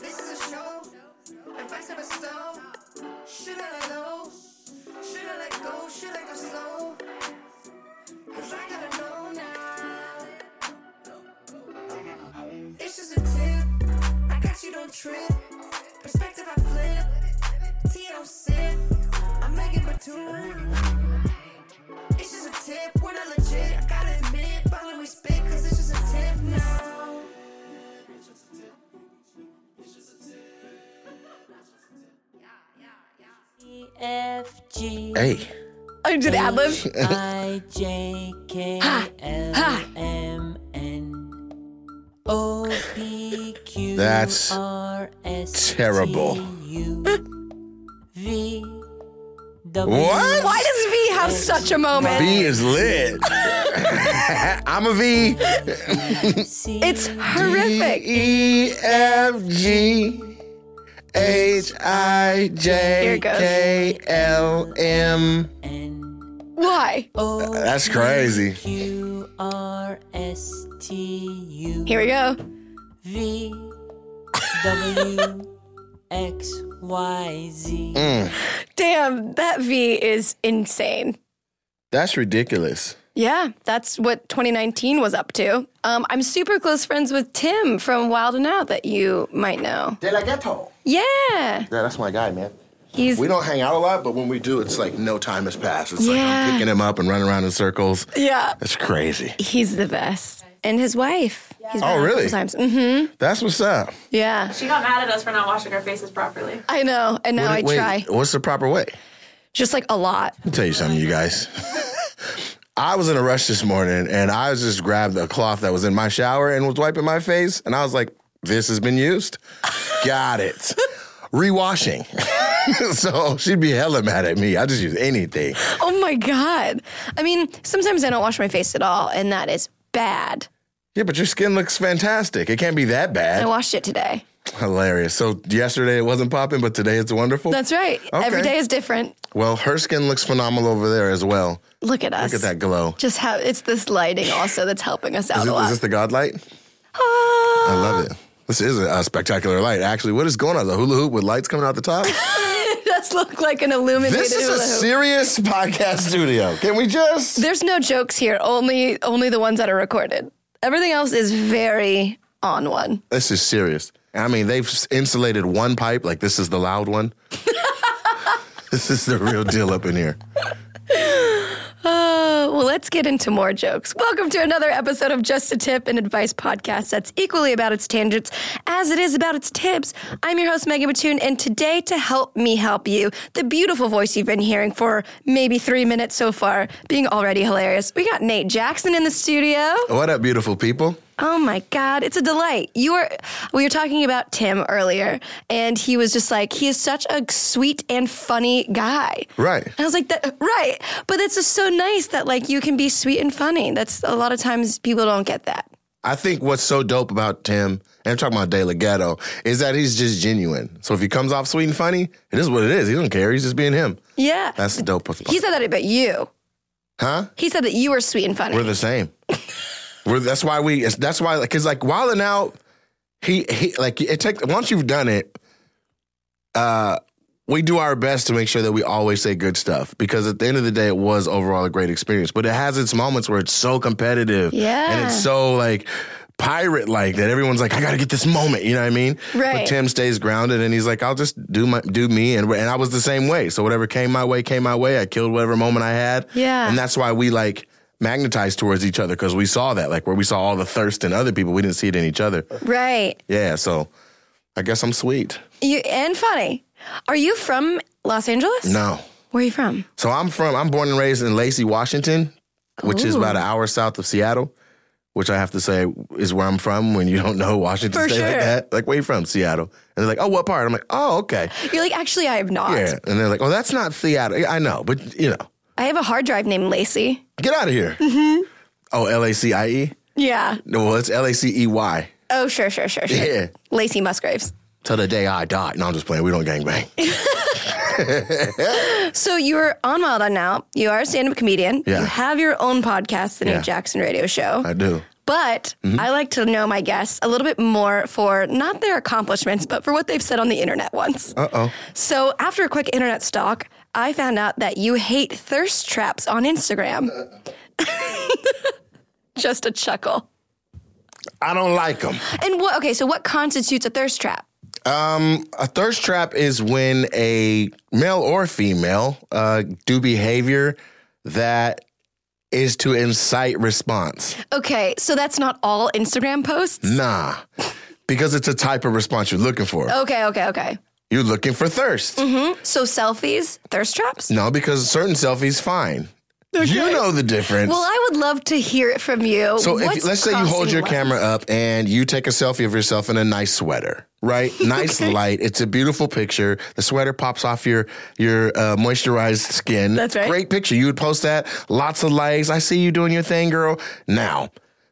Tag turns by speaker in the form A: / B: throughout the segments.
A: This is a show. If I step a stone, should I let go? Should I let go? Should I go slow? Cause I gotta know now. It's just a tip. I got you, don't trip. Perspective, I flip. Tea, I don't sip. I'm making my tune. It's just a tip. We're not legit. I gotta admit, finally we spit. Cause it's just a tip now.
B: E F G Oh,
C: Hey,
D: I did ad libs.
B: I J K L M N O P Q
C: That's
B: R S
C: terrible.
B: T U V W
C: What?
D: Why does V have such a moment?
C: V is lit. I'm a V.
B: C
D: It's horrific.
C: E F G H I
D: Here
C: J
D: it goes.
C: K L M.
B: N
D: Why?
B: O
C: That's crazy.
B: Q R S T U
D: Here we go.
B: V W X Y Z.
D: Damn, that V is insane.
C: That's ridiculous.
D: Yeah, that's what 2019 was up to. Um, I'm super close friends with Tim from Wild and Out that you might know.
C: De la Ghetto.
D: Yeah,
C: Yeah, that's my guy, man.
D: he's
C: We don't hang out a lot, but when we do, it's like no time has passed. It's like
D: Yeah.
C: I'm picking him up and running around in circles.
D: yeah,
C: That's crazy.
D: he's the best. And his wife. He's been
C: Oh,
D: on a
C: really?
D: couple Times. hmm
C: That's what's up.
D: Yeah,
E: She got mad at us for not washing our faces properly.
D: I know. And now I
C: Wait,
D: try.
C: What's the proper way?
D: Just like a lot.
C: Let me tell you something, you guys. I was in a rush this morning and I was just grabbed a cloth that was in my shower and was wiping my face. And I was like, this has been used. Got it. Rewashing. so she'd be hella mad at me. I just use anything.
D: Oh my God. I mean, sometimes I don't wash my face at all, and that is bad.
C: Yeah, but your skin looks fantastic. It can't be that
D: I
C: bad.
D: washed it today.
C: Hilarious. So yesterday it wasn't popping, but today it's wonderful.
D: That's right. Every
C: Oh, Okay.
D: day is different.
C: well, her skin looks phenomenal over there as well.
D: Look at us.
C: Look at that glow.
D: Just how it's this lighting also that's helping us out
C: Is, it,
D: a
C: is
D: lot. Ah,
C: this the God light? I love it. This is a, a spectacular light. Actually, what is going on? The hula hoop with lights coming out the top?
D: it does look like an illuminated
C: this is a
D: hula hoop.
C: serious podcast studio. Can we just?
D: There's no jokes here. Only only the ones that are recorded. Everything else is very on one.
C: This is serious. I mean, they've s- insulated one pipe. Like, this is the loud one. this is the real deal up in here.
D: Uh, well, let's get into more jokes. Welcome to another episode of Just a Tip, an advice podcast that's equally about its tangents as it is about its tips. I'm your host, Megan Mattoon, and today to help me help you, the beautiful voice you've been hearing for maybe three minutes so far, being already hilarious, we got Nate Jackson in the studio.
C: What up, beautiful people?
D: Oh my God, it's a delight. You were we were talking about Tim earlier, and he was just like, he is such a sweet and funny guy.
C: Right.
D: And I was like, that, right. But it's just so nice that like you can be sweet and funny. That's a lot of times people don't get that.
C: I think what's so dope about Tim, and I'm talking about De La Ghetto, is that he's just genuine. So if he comes off sweet and funny, it is what it is. He doesn't care. He's just being him.
D: Yeah.
C: That's the dope.
D: he said that about you.
C: Huh?
D: He said that you were sweet and funny.
C: We're the same. We're that's why we it's- that's why because like while and out, he he like it takes once you've done it, uh, we do our best to make sure that we always say good stuff because at the end of the day, it was overall a great experience. But it has its moments where it's so competitive, and
D: Yeah.
C: it's so like pirate like that everyone's like i gotta get this moment you know what i mean but
D: Right.
C: tim stays grounded and he's like i'll just do my do me and, and i was the same way so whatever came my way came my way i killed whatever moment i had
D: Yeah.
C: and that's why we like magnetized towards each other because we saw that, like where we saw all the thirst in other people, we didn't see it in each other.
D: right.
C: Yeah, so I guess I'm sweet.
D: You and funny. Are you from Los Angeles?
C: No.
D: Where are you from?
C: So I'm from, I'm born and raised in Lacey, Washington, which is about an hour south of Seattle, which I have to say is where I'm from when you don't know Washington
D: For
C: State like
D: sure.
C: that. Like, where you from? Seattle. And they're like, oh, what part? I'm like, oh, okay.
D: You're like, actually, I have not.
C: Yeah. And they're like, oh, that's not Seattle. Yeah, I know, but you know,
D: I have a hard drive named Lacey.
C: get out of here.
D: Mm-hmm.
C: Oh, L A C I E?
D: Yeah.
C: No, well, it's L A C E Y.
D: Oh, sure, sure, sure, sure.
C: Yeah.
D: Lacey Musgraves.
C: Till the day I die. No, I'm just playing. We don't gangbang.
D: So you are on Wild On Now. You are a stand-up comedian.
C: Yeah.
D: You have your own podcast, The New
C: Yeah.
D: Jackson Radio Show.
C: I Mm-hmm. do.
D: but I like to know my guests a little bit more for not their accomplishments, but for what they've said on the internet once.
C: Uh oh.
D: So after a quick internet stalk, I found out that you hate thirst traps on Instagram. Just a chuckle.
C: I don't like them.
D: And what? Okay, so what constitutes a thirst trap?
C: A thirst trap is when a male or female uh, do behavior that is to incite response.
D: Okay, so that's not all Instagram posts.
C: Nah, because it's a type of response you're looking for.
D: Okay, okay, okay.
C: You're looking for thirst.
D: So selfies, thirst traps.
C: No, because certain selfies fine. You know the difference.
D: Well, I would love to hear it from you.
C: so if,
D: What's
C: let's say you hold
D: crossing
C: your
D: lines?
C: camera up and you take a selfie of yourself in a nice sweater, right? Nice light. It's a beautiful picture. The sweater pops off your your uh, moisturized skin.
D: That's right.
C: Great picture. You would post that. Lots of likes. I see you doing your thing, girl. Now.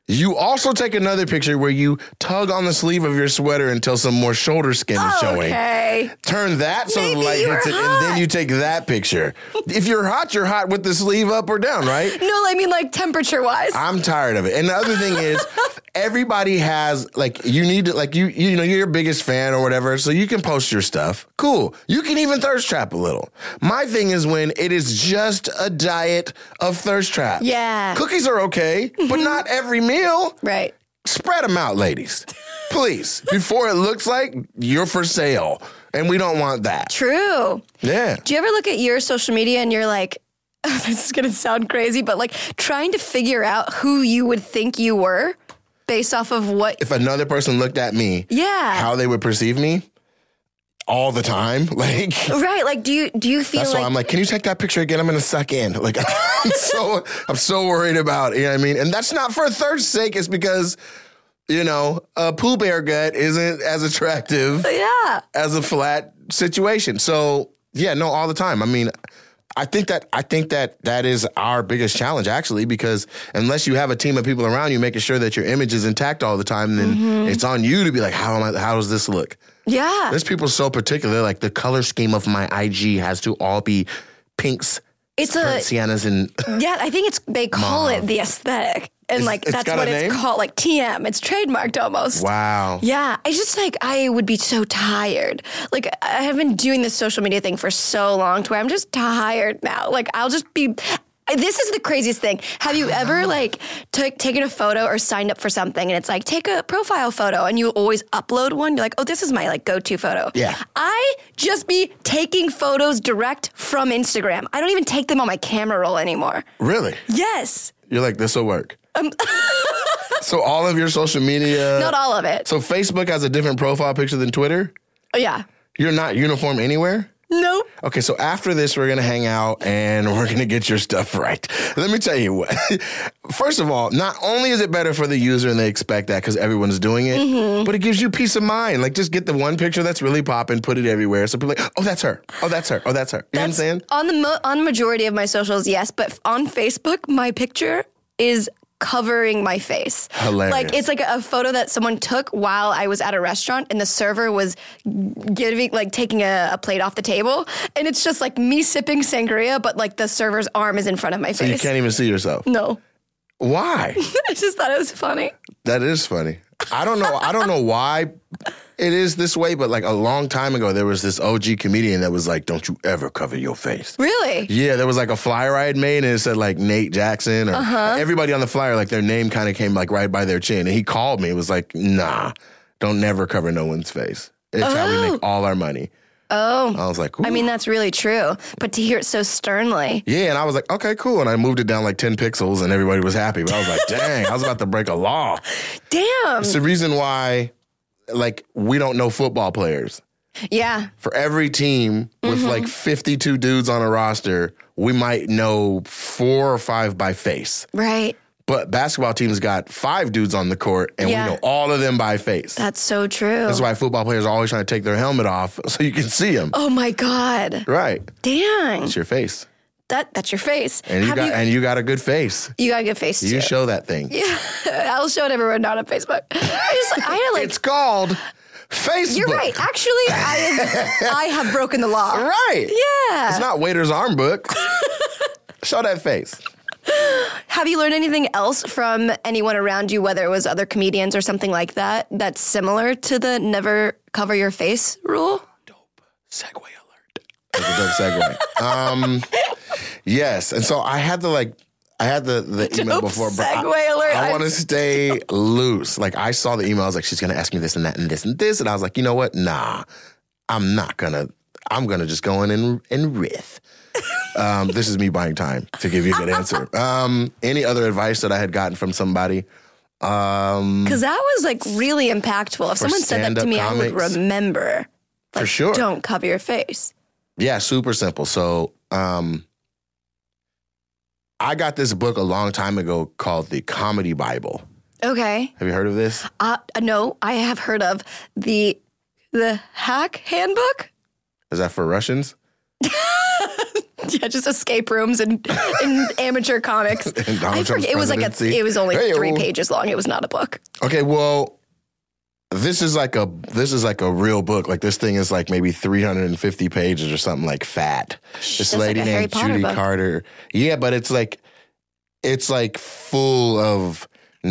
C: You also take another picture where you tug on the sleeve of your sweater until some more shoulder skin is showing.
D: Okay.
C: Turn that so the
D: Maybe
C: light
D: you were
C: hits it, and
D: hot.
C: then you take that picture. if you're hot, you're hot with the sleeve up or down, right?
D: No, I mean like temperature wise.
C: I'm tired of it. And the other thing is, everybody has like you need to like you you know you're your biggest fan or whatever, so you can post your stuff. Cool. You can even thirst trap a little. My thing is when it is just a diet of thirst trap.
D: Yeah. Mm-hmm.
C: Cookies are okay, but not every meal.
D: right.
C: Spread them out, ladies. Please, before it looks like you're for sale, and we don't want that.
D: True.
C: Yeah.
D: Do you ever look at your social media and you're like, oh, this is going to sound crazy, but like trying to figure out who you would think you were based off of what?
C: if another person looked at me,
D: Yeah.
C: how they would perceive me all the time. Like
D: right. Like, do you do you feel
C: that's why I'm
D: like?
C: like, can you take that picture again? I'm gonna suck in. Like I'm so I'm so worried about, you know what I mean? And that's not for third's sake, it's because, you know, a poo bear gut isn't as attractive
D: yeah.
C: as a flat situation. So yeah, no, all the time. I mean, I think that I think that that is our biggest challenge actually, because unless you have a team of people around you making sure that your image is intact all the time, then
D: Mm-hmm.
C: it's on you to be like, how am I? How does this look?
D: Yeah.
C: There's people so particular, like the color scheme of my IG has to all be pinks,
D: It's a
C: siennas, and
D: yeah. I think it's they call it the aesthetic, and
C: It's-
D: like
C: it's
D: that's
C: got a
D: what
C: name?
D: it's called. Like TM. It's trademarked almost.
C: wow.
D: Yeah, I just like I would be so tired. Like I have been doing this social media thing for so long to where I'm just tired now. Like I'll just be this is the craziest thing. Have you ever like took taken a photo or signed up for something and it's like take a profile photo and you always upload one? You're like, oh, this is my like go to photo.
C: Yeah.
D: I just be taking photos direct from Instagram. I don't even take them on my camera roll anymore.
C: Really?
D: Yes,
C: You're like, this will work. so all of your social media.
D: Um, not all of it.
C: So Facebook has a different profile picture than Twitter.
D: yeah.
C: You're not uniform anywhere?
D: Nope.
C: Okay, so after this, we're gonna hang out and we're gonna get your stuff right. Let me tell you what. First of all, not only is it better for the user and they expect that because everyone's doing it, but it gives you peace of mind. Like, just get the one picture that's really popping, put it everywhere. So people are like, oh, that's her. Oh, that's her. Oh, that's her. You know what I'm
D: That's-
C: saying?
D: On the mo- on majority of my socials, yes, but f- on Facebook, my picture is covering my face.
C: Hilarious.
D: Like it's like a photo that someone took while I was at a restaurant and the server was giving like taking a, a plate off the table and it's just like me sipping sangria but like the server's arm is in front of my
C: So you
D: face.
C: can't even see yourself.
D: no.
C: Why?
D: I just thought it was funny.
C: That is funny. I don't know. I don't know why it is this way, but like a long time ago, there was this OG comedian that was like, "Don't you ever cover your face."
D: Really?
C: Yeah, there was like a flyer I had made, and it said like Nate Jackson or
D: Uh-huh.
C: everybody on the flyer, like their name kind of came like right by their chin. And he called me. It was like, "Nah, don't never cover no one's face. It's how we make all our money." Oh, I was like,
D: I mean
C: "Ooh."
D: that's really true, but to hear it so sternly.
C: Yeah, and I was like, okay, cool. And I moved it down like 10 pixels and everybody was happy. But I was like, dang, I was about to break a law.
D: Damn.
C: It's the reason why, like, we don't know football players.
D: Yeah.
C: For every team with like
D: Mm-hmm.
C: 52 dudes on a roster, we might know four or five by face.
D: Right.
C: But basketball teams got five dudes on the court, and
D: Yeah.
C: we know all of them by face.
D: That's so true.
C: That's why football players are always trying to take their helmet off so you can see them.
D: oh my God.
C: Right.
D: Dang.
C: It's your face.
D: That that's your face.
C: And you
D: Have
C: got
D: you,
C: and you got a good face.
D: you got a good face
C: You
D: too.
C: show that thing.
D: I'll show it everyone, not on Facebook. I just, I had like
C: It's called Facebook.
D: You're right. Actually, I have, I have broken the law.
C: Right.
D: Yeah.
C: It's not waiter's arm book. show that face.
D: Have you learned anything else from anyone around you, whether it was other comedians or something like that, that's similar to the never cover your face rule?
C: Segway alert. That's a dope segue. um, yes, and so I had the like, I had the the email
D: Dope
C: before. but
D: segue
C: I,
D: alert.
C: I want
D: I'm-
C: to stay loose. Like I saw the email. I was like, she's gonna ask me this and that and this and this, and I was like, you know what? Nah, I'm not gonna. I'm gonna just go in and and riff. Um, this is me buying time to give you a good answer. Um, any other advice that I had gotten from somebody? Um,
D: Because that was like really impactful. If
C: For
D: someone said that to
C: stand-up
D: me, I would
C: comics.
D: remember.
C: For sure.
D: Don't cover your face.
C: Yeah, super simple. So, um, I got this book a long time ago called The Comedy Bible.
D: Okay.
C: Have you heard of this?
D: Uh, no, I have heard of the the hack handbook.
C: Is that for Russians?
D: Yeah, just escape rooms and, and amateur comics.
C: Donald
D: I
C: Trump's
D: forget. It was like a.
C: presidency.
D: It was only
C: Hey-o.
D: three pages long. It was not a book.
C: Okay, well, this is like a this is like a real book. Like this thing is like maybe 350 pages or something like fat. This
D: that's like
C: lady
D: a Harry
C: named
D: Potter
C: Judy
D: book.
C: Carter. Yeah, but it's like it's like full of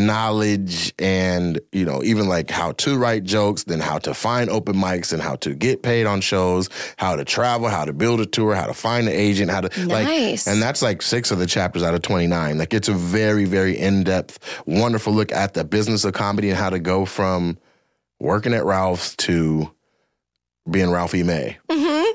C: knowledge and you know even like how to write jokes then how to find open mics and how to get paid on shows how to travel how to build a tour how to find an agent how to
D: Nice.
C: like and that's like six of the chapters out of 29 like it's a very very in-depth wonderful look at the business of comedy and how to go from working at ralph's to being ralphie may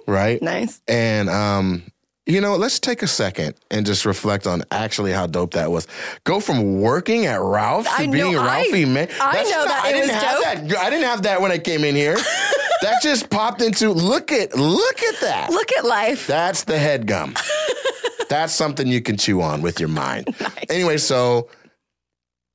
C: right
D: Mm-hmm. Nice.
C: and um, you know, let's take a second and just reflect on actually how dope that was. Go from working at Ralph to
D: I know,
C: being
D: I-
C: Ralphie man.
D: I know that
C: I
D: it
C: didn't
D: was
C: have
D: dope.
C: that. I didn't have that when I came in here. that just popped into. Look at look at that.
D: Look at life.
C: That's the head gum. That's something you can chew on with your mind. Anyway, so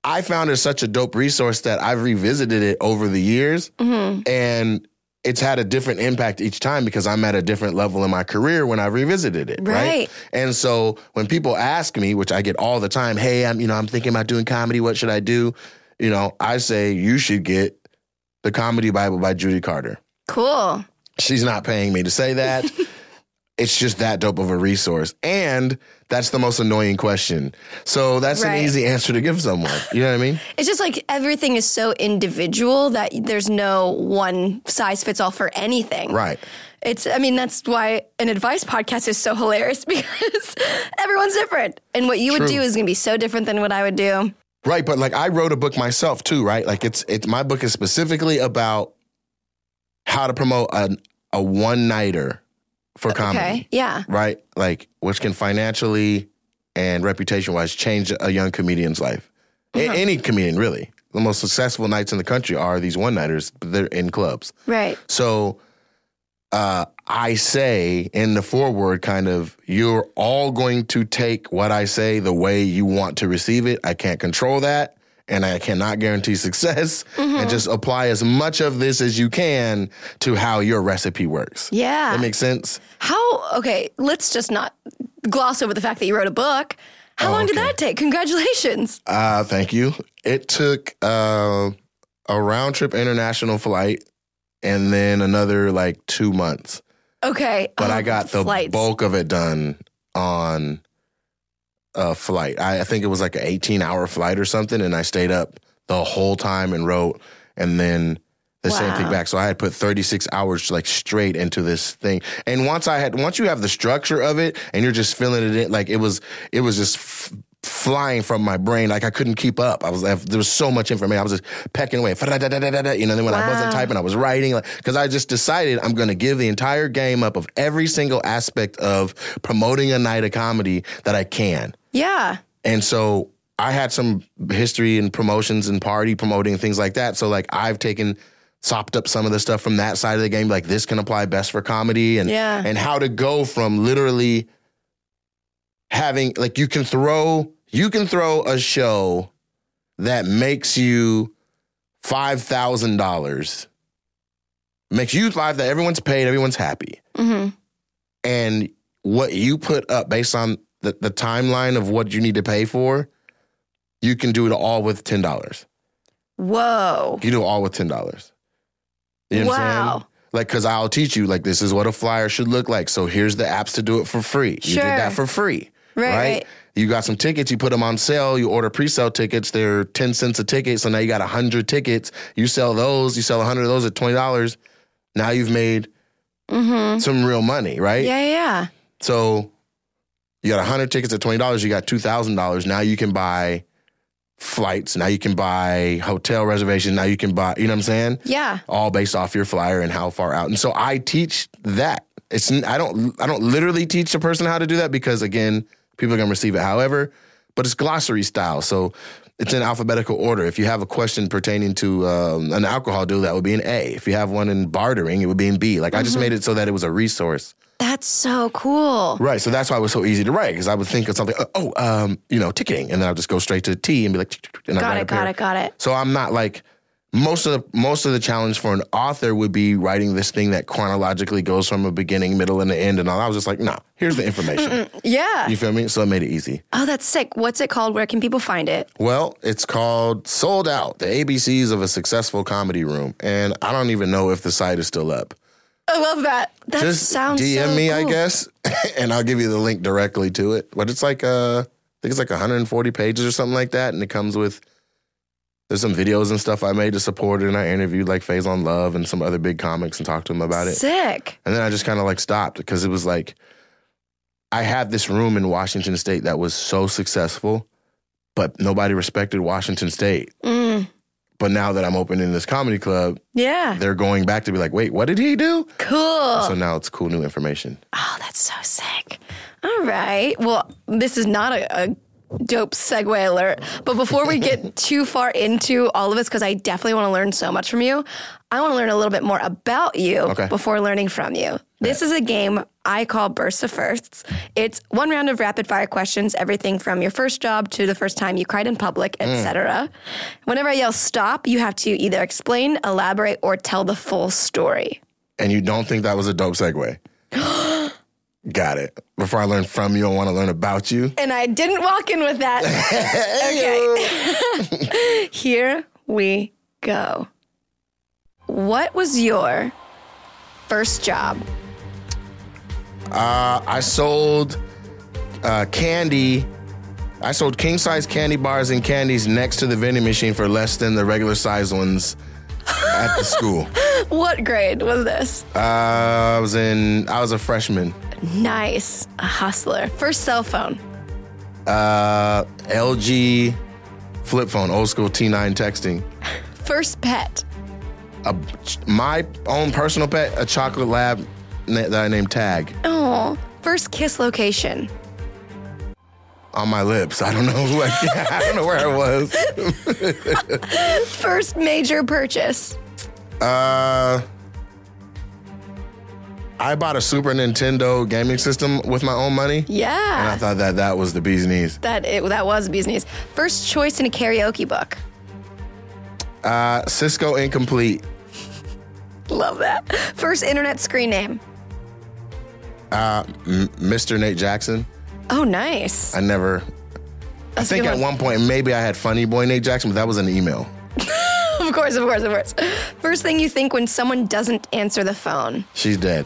C: I found it such a dope resource that I've revisited it over the years
D: Mm-hmm.
C: and it's had a different impact each time because I'm at a different level in my career when I revisited it. Right.
D: Right.
C: And so when people ask me, which I get all the time, hey, I'm you know, I'm thinking about doing comedy, what should I do? You know, I say you should get the comedy Bible by Judy Carter.
D: Cool.
C: She's not paying me to say that. it's just that dope of a resource. And that's the most annoying question. So that's
D: Right.
C: an easy answer to give someone. You know what I mean?
D: It's just like everything is so individual that there's no one size fits all for anything.
C: Right.
D: It's I mean that's why an advice podcast is so hilarious because everyone's different and what you would do is going to be so different than what I would do.
C: Right, but like I wrote a book myself too, right? Like it's it's my book is specifically about how to promote an, a one nighter for comedy.
D: Okay. Yeah.
C: Right? Like which can financially and reputation wise change a young comedian's life. A- any comedian really. The most successful nights in the country are these one nighters, but they're in clubs.
D: Right.
C: So uh, I say in the foreword, kind of, you're all going to take what I say the way you want to receive it. I can't control that. And I cannot guarantee success. And just apply as much of this as you can to how your recipe works.
D: Yeah.
C: That makes sense?
D: How okay, let's just not gloss over the fact that you wrote a book.
C: Oh,
D: How long did that take? Congratulations.
C: Uh, thank you. It took uh, a round trip international flight and then another like two months.
D: Okay.
C: but
D: Oh,
C: I got the
D: flights.
C: bulk of it done on a flight. I, I think it was like an 18 hour flight or something, and I stayed up the whole time and wrote, and then the same thing
D: Wow.
C: back. So I had put 36 hours like straight into this thing. And once I had, once you have the structure of it, and you're just filling it in, like it was, it was just. F- flying from my brain like i couldn't keep up i was I, there was so much information i was just pecking away fa-da-da-da-da-da, you know then when i wasn't
D: Wow.
C: typing i was writing like because i just decided i'm going to give the entire game up of every single aspect of promoting a night of comedy that i can
D: Yeah.
C: and so I had some history in promotions and party promoting and things like that. So like I've taken sopped up some of the stuff from that side of the game. Like this can apply best for comedy and
D: Yeah.
C: and how to go from literally having like you can throw you can throw a show that makes you five thousand dollars. Makes you five that everyone's paid, everyone's happy.
D: Mhm.
C: And what you put up based on the, the timeline of what you need to pay for, you can do it all with ten dollars.
D: Whoa.
C: You do it all with ten dollars. You know what I'm saying?
D: Wow.
C: Like, cause I'll teach you, like, this is what a flyer should look like. So here's the apps to do it for free. You did that
D: Sure.
C: for free.
D: Right, right.
C: You got some tickets, you put them on sale, you order pre sale tickets, they're 10 cents a ticket. So now you got 100 tickets. You sell those, you sell 100 of those at $20. Now you've made some real money, right?
D: Mm-hmm. Yeah, yeah, yeah.
C: So you got 100 tickets at $20, you got $2,000. Now you can buy flights, now you can buy hotel reservations, now you can buy, you know what I'm saying?
D: Yeah.
C: all based off your flyer and how far out. And so I teach that. It's I don't I don't literally teach the person how to do that because again, people are going to receive it however, but it's glossary style. So it's in alphabetical order. If you have a question pertaining to um, an alcohol deal, that would be an A. If you have one in bartering, it would be in B. Like I just made it so that it was a resource.
D: That's so cool.
C: Right. So that's why it was so easy to write because I would think of something, oh, um, you know, ticketing. And then I'll just go straight to T and be like, tick, tick, tick, and I'd
D: Got
C: write
D: it,
C: a
D: got
C: pair.
D: it, got it.
C: So I'm not like most of the most of the challenge for an author would be writing this thing that chronologically goes from a beginning, middle, and the end, and all. I was just like, no, here's the information.
D: Yeah.
C: you feel me? So it made it easy.
D: Oh, that's sick. What's it called? Where can people find it?
C: Well, it's called Sold Out: The ABCs of a Successful Comedy Room, and I don't even know if the site is still up.
D: I love that. That
C: just
D: sounds
C: DM
D: so
C: me, I
D: cool.
C: guess, and I'll give you the link directly to it. But it's like uh, I think it's like 140 pages or something like that, and it comes with there's some videos and stuff I made to support it, and I interviewed like Phase on Love and some other big comics and talked to them about it.
D: Sick.
C: And then I just kind of like stopped because it was like I had this room in Washington State that was so successful, but nobody respected Washington State.
D: Mm.
C: But now that I'm opening this comedy club,
D: Yeah.
C: they're going back to be like, wait, what did he do?
D: Cool.
C: So now it's cool new information.
D: Oh, that's so sick. All right. Well, this is not a, a dope segue alert, but before we get too far into all of this, because I definitely want to learn so much from you, I want to learn a little bit more about you
C: Okay.
D: before learning from you. This is a game I call Burst of Firsts. It's one round of rapid fire questions, everything from your first job to the first time you cried in public, etc. Whenever I yell stop, you have to either explain, elaborate, or tell the full story.
C: and you don't think that was a dope segue. Got it. Before I learn from you, I want to learn about you.
D: And I didn't walk in with that. okay. Here we go. What was your first job?
C: Uh, I sold uh, candy. I sold king size candy bars and candies next to the vending machine for less than the regular size ones at the school.
D: What grade was this?
C: Uh, I was in. I was a freshman.
D: Nice. A hustler. First cell phone.
C: Uh, LG flip phone, old school T9 texting.
D: First pet.
C: A, my own personal pet, a chocolate lab na- that I named Tag.
D: Oh, first kiss location.
C: on my lips. I don't know what I don't know where I was.
D: First major purchase.
C: Uh I bought a Super Nintendo gaming system with my own money. And I
D: Yeah.
C: thought that that was the bee's knees.
D: That it, that was business. First choice in a karaoke book.
C: Uh, Cisco incomplete.
D: Love that. First internet screen name.
C: M- Mr. Nate Jackson.
D: Oh, nice.
C: I never. I
D: That's a
C: think
D: good
C: at one point maybe I had Funny Boy Nate Jackson, but that was an email.
D: Of course, of course, of course. First thing you think when someone doesn't answer the phone.
C: She's dead.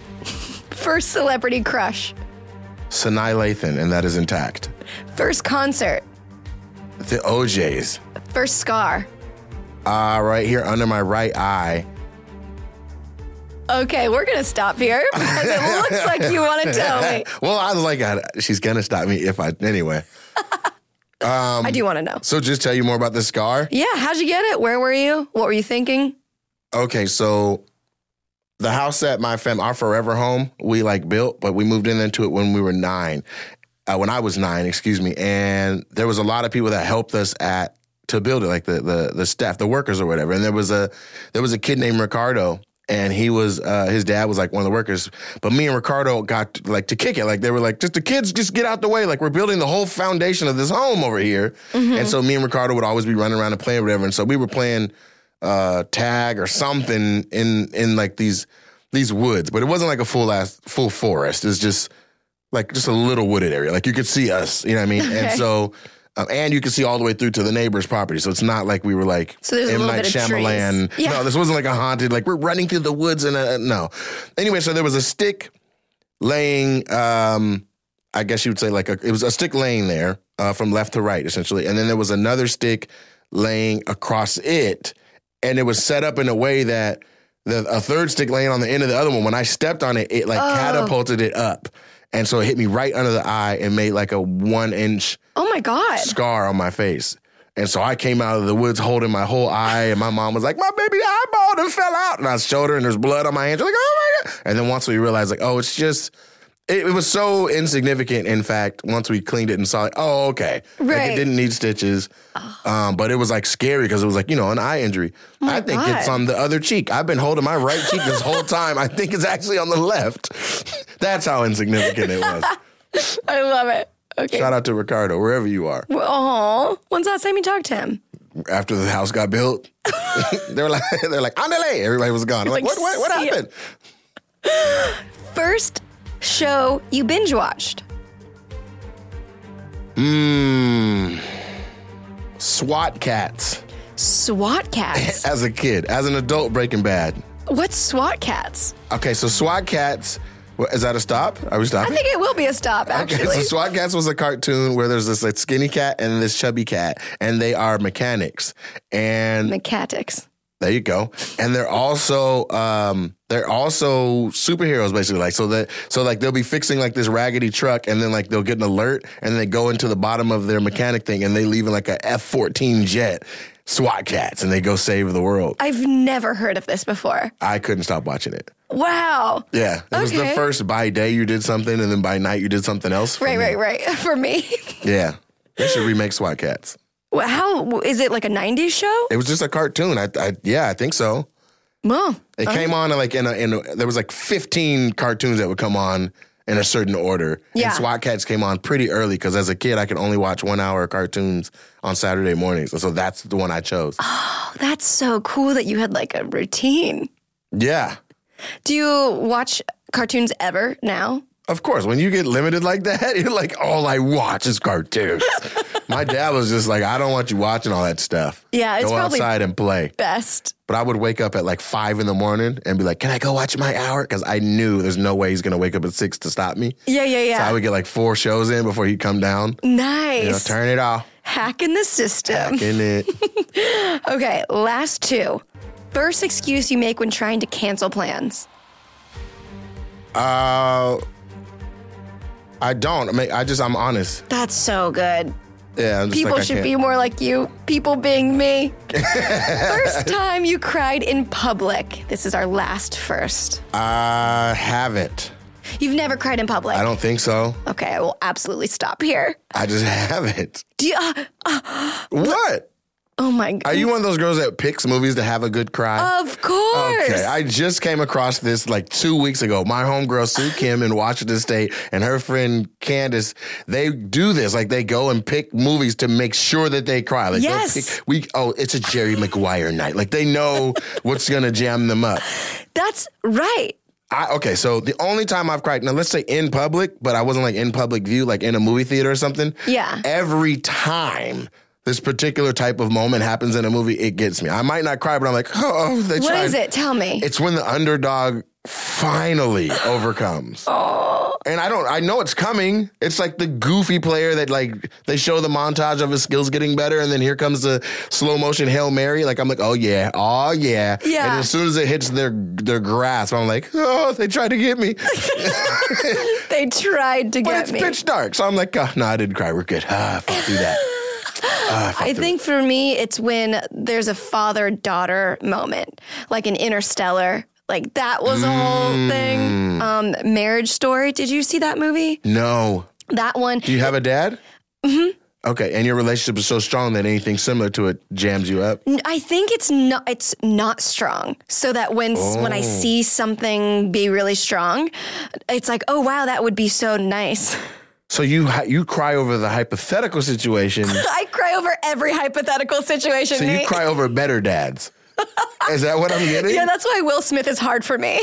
D: First celebrity crush.
C: Sinai Lathan, and that is intact.
D: First concert.
C: The OJ's.
D: First scar.
C: Uh, right here under my right eye.
D: Okay, we're gonna stop here because it looks like you want to tell me.
C: Well, I was like, I, she's gonna stop me if I anyway.
D: I do want to know.
C: So just tell you more about the scar.
D: Yeah, how'd you get it? Where were you? What were you thinking?
C: Okay, so the house that my fam, our forever home, we like built, but we moved in into it when we were nine. Uh, when I was nine, excuse me, and there was a lot of people that helped us at to build it, like the the the staff, the workers or whatever. And there was a there was a kid named Ricardo, and he was uh, his dad was like one of the workers. But me and Ricardo got like to kick it, like they were like, just the kids, just get out the way. Like we're building the whole foundation of this home over here. And so me and Ricardo would always be running around and playing whatever. And so we were playing uh, tag or something in in like these these woods, but it wasn't like a full ass full forest. It's just like just a little wooded area. Like you could see us, you know what I mean? And so, um, and you could see all the way through to the neighbor's property. So it's not like we were like
D: So there's a
C: M.
D: little
C: Night
D: bit of
C: Shyamalan.
D: trees. Yeah.
C: No, this wasn't like a haunted, like we're running through the woods and a, no. Anyway, so there was a stick laying, um, I guess you would say like a, it was a stick laying there uh, from left to right essentially. And then there was another stick laying across it. And it was set up in a way that the, a third stick laying on the end of the other one, when I stepped on it, it like catapulted it up. And so it hit me right under the eye and made like a one inch
D: Oh my God.
C: scar on my face. And so I came out of the woods holding my whole eye, and my mom was like, "My baby eyeball done fell out," and I showed her, and there's blood on my hands. She's like, "Oh my god!" And then once we realized, like, oh, it's just. It, it was so insignificant. In fact, once we cleaned it and saw it, oh, okay, like
D: Right.
C: it didn't need stitches. Um, but it was like scary because it was like you know an eye injury. I think
D: Oh God.
C: it's on the other cheek. I've been holding my right cheek this whole time. I think it's actually on the left. That's how insignificant it was.
D: I love it. Okay.
C: Shout out to Ricardo wherever you are.
D: Oh, when's the last time you talked to him?
C: after the house got built. they were like, they're like, Andale. Everybody was gone. I'm like,
D: Like,
C: what, what, what
D: see ya.
C: happened?
D: First show you binge watched.
C: Mmm. SWAT cats.
D: SWAT cats.
C: As a kid, as an adult, Breaking Bad.
D: What's SWAT cats?
C: Okay, so SWAT cats. What, is that a stop? Are we
D: I
C: stopping?
D: think it will be a stop,
C: Okay,
D: actually.
C: so SWAT Cats was a cartoon where there's this like skinny cat and this chubby cat, and they are mechanics. And
D: Mechatics.
C: There you go. And they're also um they're also superheroes basically. Like so that so like they'll be fixing like this raggedy truck and then like they'll get an alert and they go into the bottom of their mechanic thing and they leave in like a F fourteen jet SWAT cats and they go save the world. I,
D: I've never heard of this before.
C: couldn't stop watching it.
D: Wow.
C: Yeah. It was the
D: Okay.
C: first by day you did something and then by night you did something else. for
D: Right,
C: me.
D: right, right. For me,
C: Yeah. They should remake SWAT cats.
D: Well, how is it like a '90s show?
C: It was just a cartoon. I, I yeah, I think so.
D: Well,
C: It came on like in a, in a there was like 15 cartoons that would come on in a certain order.
D: Yeah.
C: And SWAT Cats came on pretty early because as a kid I could only watch one hour of cartoons on Saturday mornings. And so that's the one I chose.
D: Ah. Oh, that's so cool that you had like a routine.
C: yeah.
D: Do you watch cartoons ever now?
C: Of course, when you get limited like that, you're like, all I watch is cartoons. My dad was just like, I don't want you watching all that stuff.
D: Yeah, it's
C: Go
D: probably-
C: outside and play.
D: Best.
C: But I would wake up at like five in the morning and be like, Can I go watch my hour? Because I knew there's no way he's gonna wake up at six to stop me.
D: Yeah, yeah, yeah.
C: So I would get like four shows in before he'd come down. You know,
D: nice.
C: turn it off.
D: Hacking the system.
C: In it.
D: Okay, last two. First excuse you make when trying to cancel plans.
C: Uh, I don't. I mean, I just I'm honest.
D: That's so good.
C: Yeah. I'm just
D: People
C: like, I
D: should
C: can't-
D: be more like you. People being me. first time you cried in public. This is our last first.
C: I haven't.
D: You've never cried in public.
C: I don't think so.
D: Okay, I will absolutely stop here.
C: I just haven't.
D: Do you, uh,
C: What?
D: oh my god.
C: Are you one of those girls that picks movies to have a good cry?
D: Of course.
C: Okay, I just came across this like two weeks ago. My homegirl Sue Kim in Washington State and her friend Candace, they do this. Like they go and pick movies to make sure that they cry. Like they'll
D: Yes.
C: pick, we oh, it's a Jerry Maguire night. Like they know what's gonna jam them up.
D: That's right.
C: I, okay, so the only time I've cried, now let's say in public, but I wasn't like in public view, like in a movie theater or something.
D: Yeah.
C: Every time this particular type of moment happens in a movie, it gets me. I might not cry, but I'm like, oh, they
D: What
C: tried.
D: is it? Tell me.
C: It's when the underdog finally overcomes. And I don't I know it's coming. It's like the goofy player that like they show the montage of his skills getting better and then here comes the slow motion Hail Mary. Like I'm like, oh yeah, oh yeah.
D: Yeah.
C: And as soon as it hits their their grasp, I'm like, oh, they tried to get me.
D: they tried to
C: but
D: get
C: it's
D: me.
C: pitch dark. So I'm like, oh, no, I didn't cry. We're good. Ah, fuck through that. Ah,
D: I think for me, it's when there's a father daughter moment, like an interstellar. Like that was a whole thing.
C: Mm.
D: Um, marriage story. Did you see that movie?
C: No.
D: That one. Mm-hmm.
C: Do you have a dad? Okay, and your relationship is so strong that anything similar to it jams you up.
D: N- I think it's not it's not strong. So that when s when I
C: Oh.
D: see something be really strong, it's like, "Oh wow, that would be so nice."
C: So you hi- you cry over the hypothetical situation.
D: I cry over every hypothetical situation.
C: so you
D: Nate.
C: cry over better dads. Is that what I'm getting?
D: yeah, that's why Will Smith is hard for me.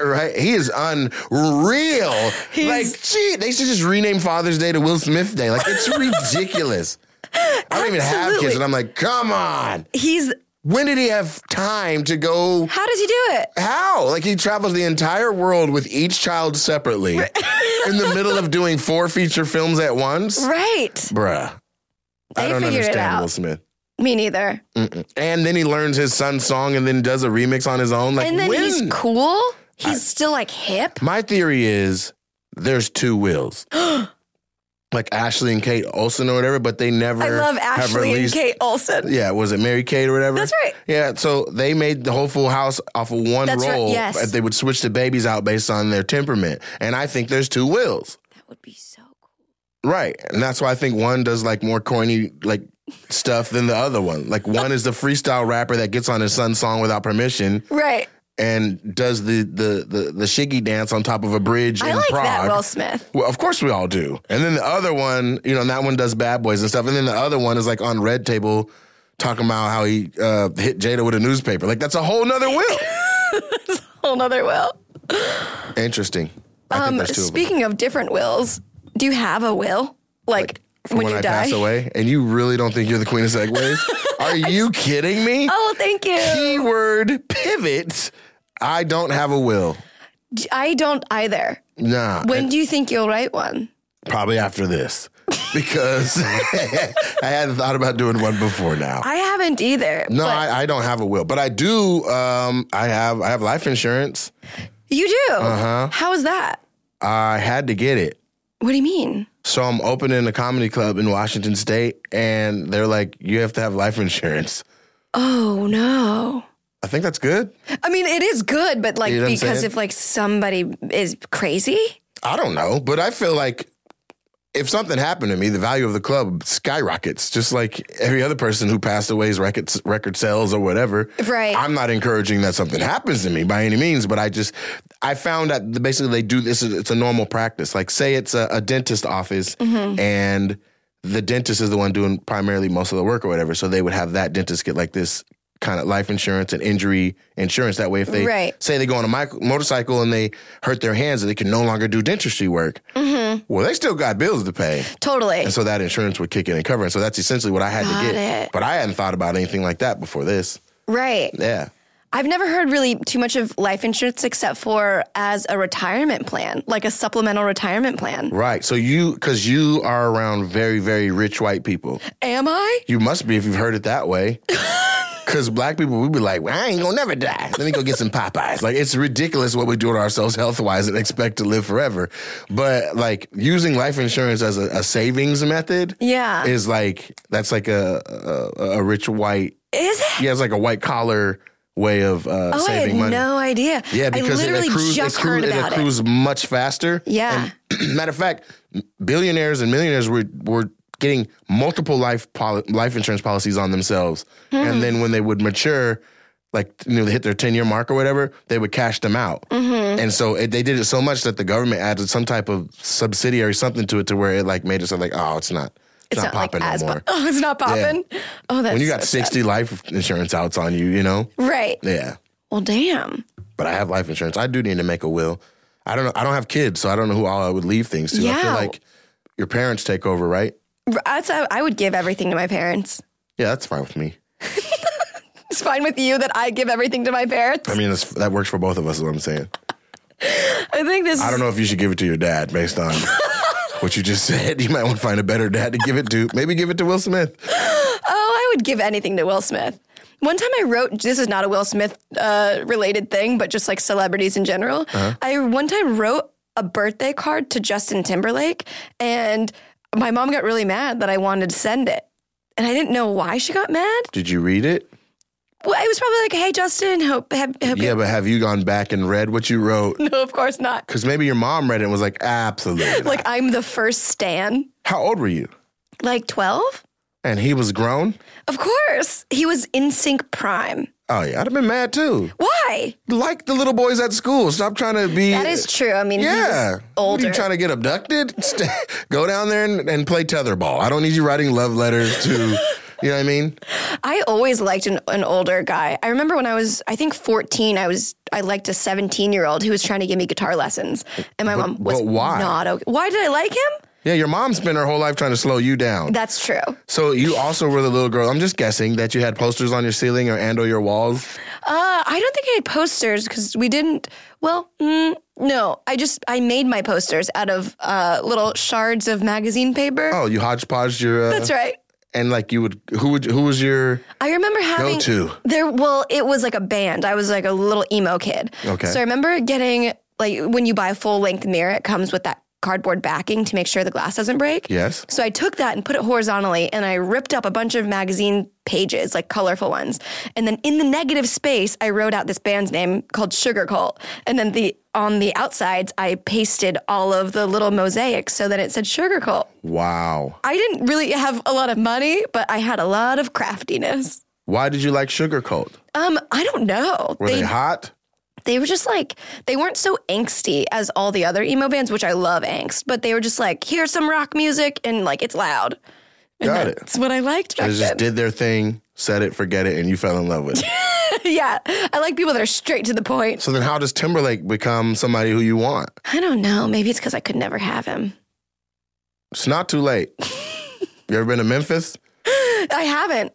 C: right. He is unreal. like, gee, they should just rename Father's Day to Will Smith Day. Like, it's ridiculous. I don't even have kids,
D: Absolutely.
C: and I'm like, come on.
D: He's
C: When did he have time to go?
D: how does he do it?
C: How? Like he travels the entire world with each child separately in the middle of doing four feature films at once?
D: Right.
C: Bruh. I
D: They
C: don't
D: figured it
C: understand
D: out.
C: Will Smith.
D: Me neither.
C: And then he learns his son's song and then does a remix on his own. Like
D: and then
C: when?
D: he's cool. He's still like hip.
C: My theory is there's two wills. like Ashley and Kate Olsen or whatever, but they never
D: I love
C: have
D: Ashley and
C: released
D: Kate Olsen.
C: Yeah, was it Mary Kate or whatever?
D: That's right.
C: Yeah, so they made the whole Full House off of one
D: That's right,
C: role.
D: yes.
C: but They would switch the babies out based on their temperament. And I think there's two wills.
D: That would be so cool.
C: Right. And that's why I think one does like more corny like stuff than the other one. Like one is the freestyle rapper that gets on his son's song without permission
D: Right.
C: and does the the the, the shiggy dance on top of a bridge
D: I
C: in
D: like
C: Prague.
D: that Will Smith.
C: Well, of course we all do. And then the other one, you know, and that one does bad boys and stuff. And then the other one is like on Red Table talking about how he uh, hit Jada with a newspaper. Like that's a whole nother will.
D: Whole nother Will.
C: Interesting. I think
D: Um,
C: there's two of them.
D: speaking of different wills, do you have a will? Like,
C: From
D: when, you
C: I
D: die?
C: pass away, and you really don't think you're the queen of segways? Are you kidding me?
D: Oh, thank you.
C: Keyword pivot. I don't have a will.
D: D- I don't either.
C: Nah.
D: When do you think you'll write one?
C: Probably after this. Because I hadn't thought about doing one before now.
D: I haven't either.
C: No,
D: but
C: I, I don't have a will, but I do. Um, I have I have life insurance.
D: you do. Uh-huh. How is that?
C: I had to get it,
D: What do you mean?
C: so I'm opening a comedy club in Washington State, and they're like, "You have to have life insurance."
D: Oh no.
C: I think that's good.
D: I mean, it is good, but like
C: You know what I'm
D: because
C: saying?
D: if like somebody is crazy,
C: I don't know, but I feel like if something happened to me, the value of the club skyrockets, just like every other person who passed away's record record sales or whatever.
D: Right.
C: I'm not encouraging that something happens to me by any means, but I just I found out that basically they do this. It's a normal practice. Like say it's a, a dentist office and. The dentist is the one doing primarily most of the work or whatever. So they would have that dentist get like this kind of life insurance and injury insurance. That way, if they
D: Right.
C: say they go on a mic- motorcycle and they hurt their hands and they can no longer do dentistry work,
D: Mm-hmm.
C: well, they still got bills to pay.
D: totally.
C: And so that insurance would kick in and cover it. So that's essentially what I had
D: Got
C: to get.
D: it.
C: But I hadn't thought about anything like that before this.
D: Right.
C: Yeah.
D: I've never heard really too much of life insurance except for as a retirement plan, like a supplemental retirement plan.
C: Right. So you, because you are around very, very rich white people.
D: Am I?
C: You must be if you've heard it that way. Because black people, we'd be like, well, I ain't gonna never die. Let me go get some Popeyes. Like, it's ridiculous what we do to ourselves health wise and expect to live forever. But, like, using life insurance as a, a savings method
D: Yeah.
C: is like, that's like a, a, a rich white,
D: Is it?
C: yeah, it's like a white collar way of uh,
D: Oh, I
C: saving
D: had
C: money.
D: no idea.
C: Yeah, because
D: I
C: it
D: literally
C: accrues,
D: just
C: accru-
D: heard
C: it
D: about it.
C: accrues much faster.
D: Yeah.
C: And matter of fact, billionaires and millionaires were were getting multiple life poli- life insurance policies on themselves,
D: Hmm.
C: and then when they would mature. Like you know, they hit their ten year mark or whatever, they would cash them out,
D: Mm-hmm.
C: and so it, they did it so much that the government added some type of subsidiary something to it to where it like made it so like oh it's not it's,
D: It's
C: not, popping
D: like as
C: no more.
D: pop- oh, it's not popping. Oh, that's
C: when you got
D: so
C: sixty life insurance outs on you, you know,
D: sad. Right.
C: yeah.
D: Well, damn.
C: but I have life insurance. I do need to make a will. I don't know. I don't have kids, so I don't know who all I would leave things to. I feel
D: Yeah.
C: like your parents take over, right?
D: R- That's how I would give everything to my parents.
C: Yeah, that's fine with me.
D: It's fine with you that I give everything to my parents.
C: I mean, that's, that works for both of us. Is what I'm saying.
D: I think this.
C: I
D: is-
C: don't know if you should give it to your dad based on what you just said. You might want to find a better dad to give it to. Maybe give it to Will Smith.
D: Oh, I would give anything to Will Smith. One time I wrote, this is not a Will Smith uh, related thing, but just like celebrities in general.
C: Uh-huh.
D: I one time wrote a birthday card to Justin Timberlake, and my mom got really mad that I wanted to send it. And I didn't know why she got mad.
C: Did you read it?
D: Well, it was probably like, hey, Justin, hope, hope, hope
C: Yeah, but have you gone back and read what you wrote?
D: you. No, of course not.
C: Because maybe your mom read it and was like, absolutely.
D: Like, I'm the first Stan.
C: How old were you?
D: Like 12?
C: and he was grown.
D: Of course. He was in sync prime.
C: Oh yeah, I'd have been mad too.
D: Why?
C: Like the little boys at school. Stop trying to be.
D: That is true. I mean, he
C: Yeah.
D: was older.
C: What, you trying to get abducted? Stay- Go down there and, and play tetherball. I don't need you writing love letters to. you know what I mean?
D: I always liked an, an older guy. I remember when I was, I think, 14, I was, I liked a 17 year old who was trying to give me guitar lessons. And my mom was
C: but why?
D: not okay. Why did I like him?
C: Yeah, your mom spent her whole life trying to slow you down.
D: That's true.
C: so you also were the little girl. I'm just guessing that you had posters on your ceiling or and or your walls.
D: Uh, I don't think I had posters because we didn't. Well, mm, no, I just I made my posters out of uh, little shards of magazine paper.
C: Oh, you hodgepodge your. Uh,
D: That's right.
C: And like you would, who would, who was your?
D: I remember having
C: to.
D: there. Well, it was like a band. I was like a little emo kid.
C: Okay.
D: So I remember getting like when you buy a full length mirror, it comes with that cardboard backing to make sure the glass doesn't break.
C: Yes.
D: So I took that and put it horizontally, and I ripped up a bunch of magazine pages, like colorful ones. And then in the negative space, I wrote out this band's name called Sugar Cult. And then the on the outsides, I pasted all of the little mosaics so that it said Sugar Cult.
C: Wow.
D: I didn't really have a lot of money, but I had a lot of craftiness.
C: Why did you like Sugar Cult?
D: Um, I don't know.
C: Were they hot?
D: they were just like they weren't so angsty as all the other emo bands, which I love angst, but they were just like here's some rock music and like it's loud. And
C: Got it.
D: that's what I liked
C: They
D: back
C: just
D: then.
C: did their thing, said it, forget it, and you fell in love with it.
D: yeah, I like people that are straight to the point.
C: So then, how does Timberlake become somebody who you want?
D: I don't know. Maybe it's because I could never have him.
C: It's not too late. you ever been to Memphis?
D: I haven't.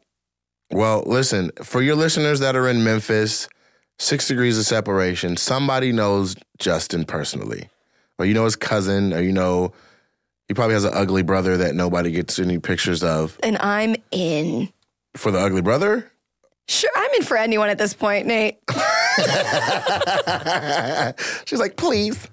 C: Well, listen, for your listeners that are in Memphis, six degrees of separation, somebody knows Justin personally, or you know his cousin, or you know, he probably has an ugly brother that nobody gets any pictures of.
D: And I'm in.
C: For the ugly brother?
D: Sure, I'm in for anyone at this point, Nate.
C: She's like, please.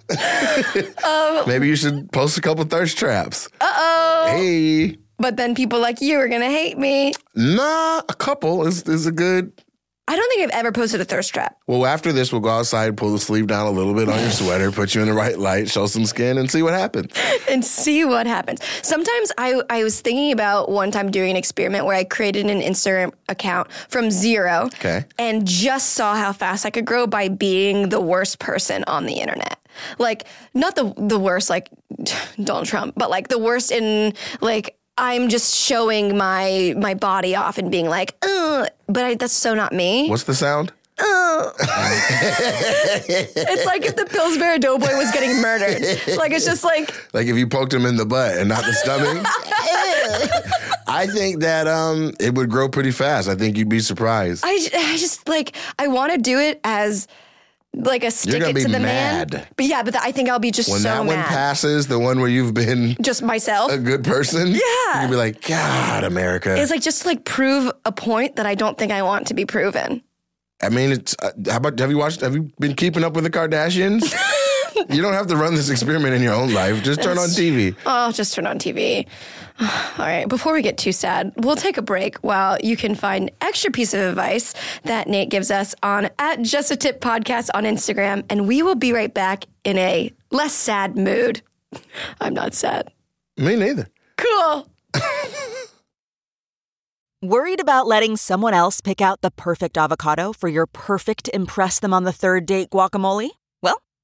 C: Maybe you should post a couple thirst traps.
D: Uh oh.
C: Hey.
D: But then people like you are gonna hate me.
C: Nah, a couple is, is a good
D: I don't think I've ever posted a thirst trap.
C: Well, after this, we'll go outside, pull the sleeve down a little bit on your sweater, put you in the right light, show some skin, and see what happens.
D: and see what happens. Sometimes I, I was thinking about one time doing an experiment where I created an Instagram account from zero
C: Okay.
D: and just saw how fast I could grow by being the worst person on the internet. Like not the the worst like Donald Trump, but like the worst in like I'm just showing my my body off and being like, Ugh, but I, that's so not me.
C: What's the sound?
D: It's like if the Pillsbury Doughboy was getting murdered. Like it's just like
C: Like if you poked him in the butt and not the stomach. I think that um, it would grow pretty fast. I think you'd be surprised.
D: I, j- I just like I want to do it as like a stick
C: gonna
D: it
C: be
D: to the man.
C: mad.
D: But yeah, but th- I think I'll be just
C: when
D: so
C: that one
D: mad.
C: passes, the one where you've been
D: just myself.
C: a good person,
D: Yeah.
C: you'd be like, God, America.
D: it's like just to, like prove a point that I don't think I want to be proven.
C: I mean, it's uh, how about have you watched? Have you been keeping up with the Kardashians? you don't have to run this experiment in your own life. Just turn on TV.
D: Oh, I'll just turn on TV. All right, before we get too sad, we'll take a break while you can find extra piece of advice that Nate gives us on at Just a Tip Podcast on Instagram, and we will be right back in a less sad mood. I'm not sad.
C: Me neither.
D: Cool.
F: Worried about letting someone else pick out the perfect avocado for your perfect Impress Them on the Third Date guacamole? Well,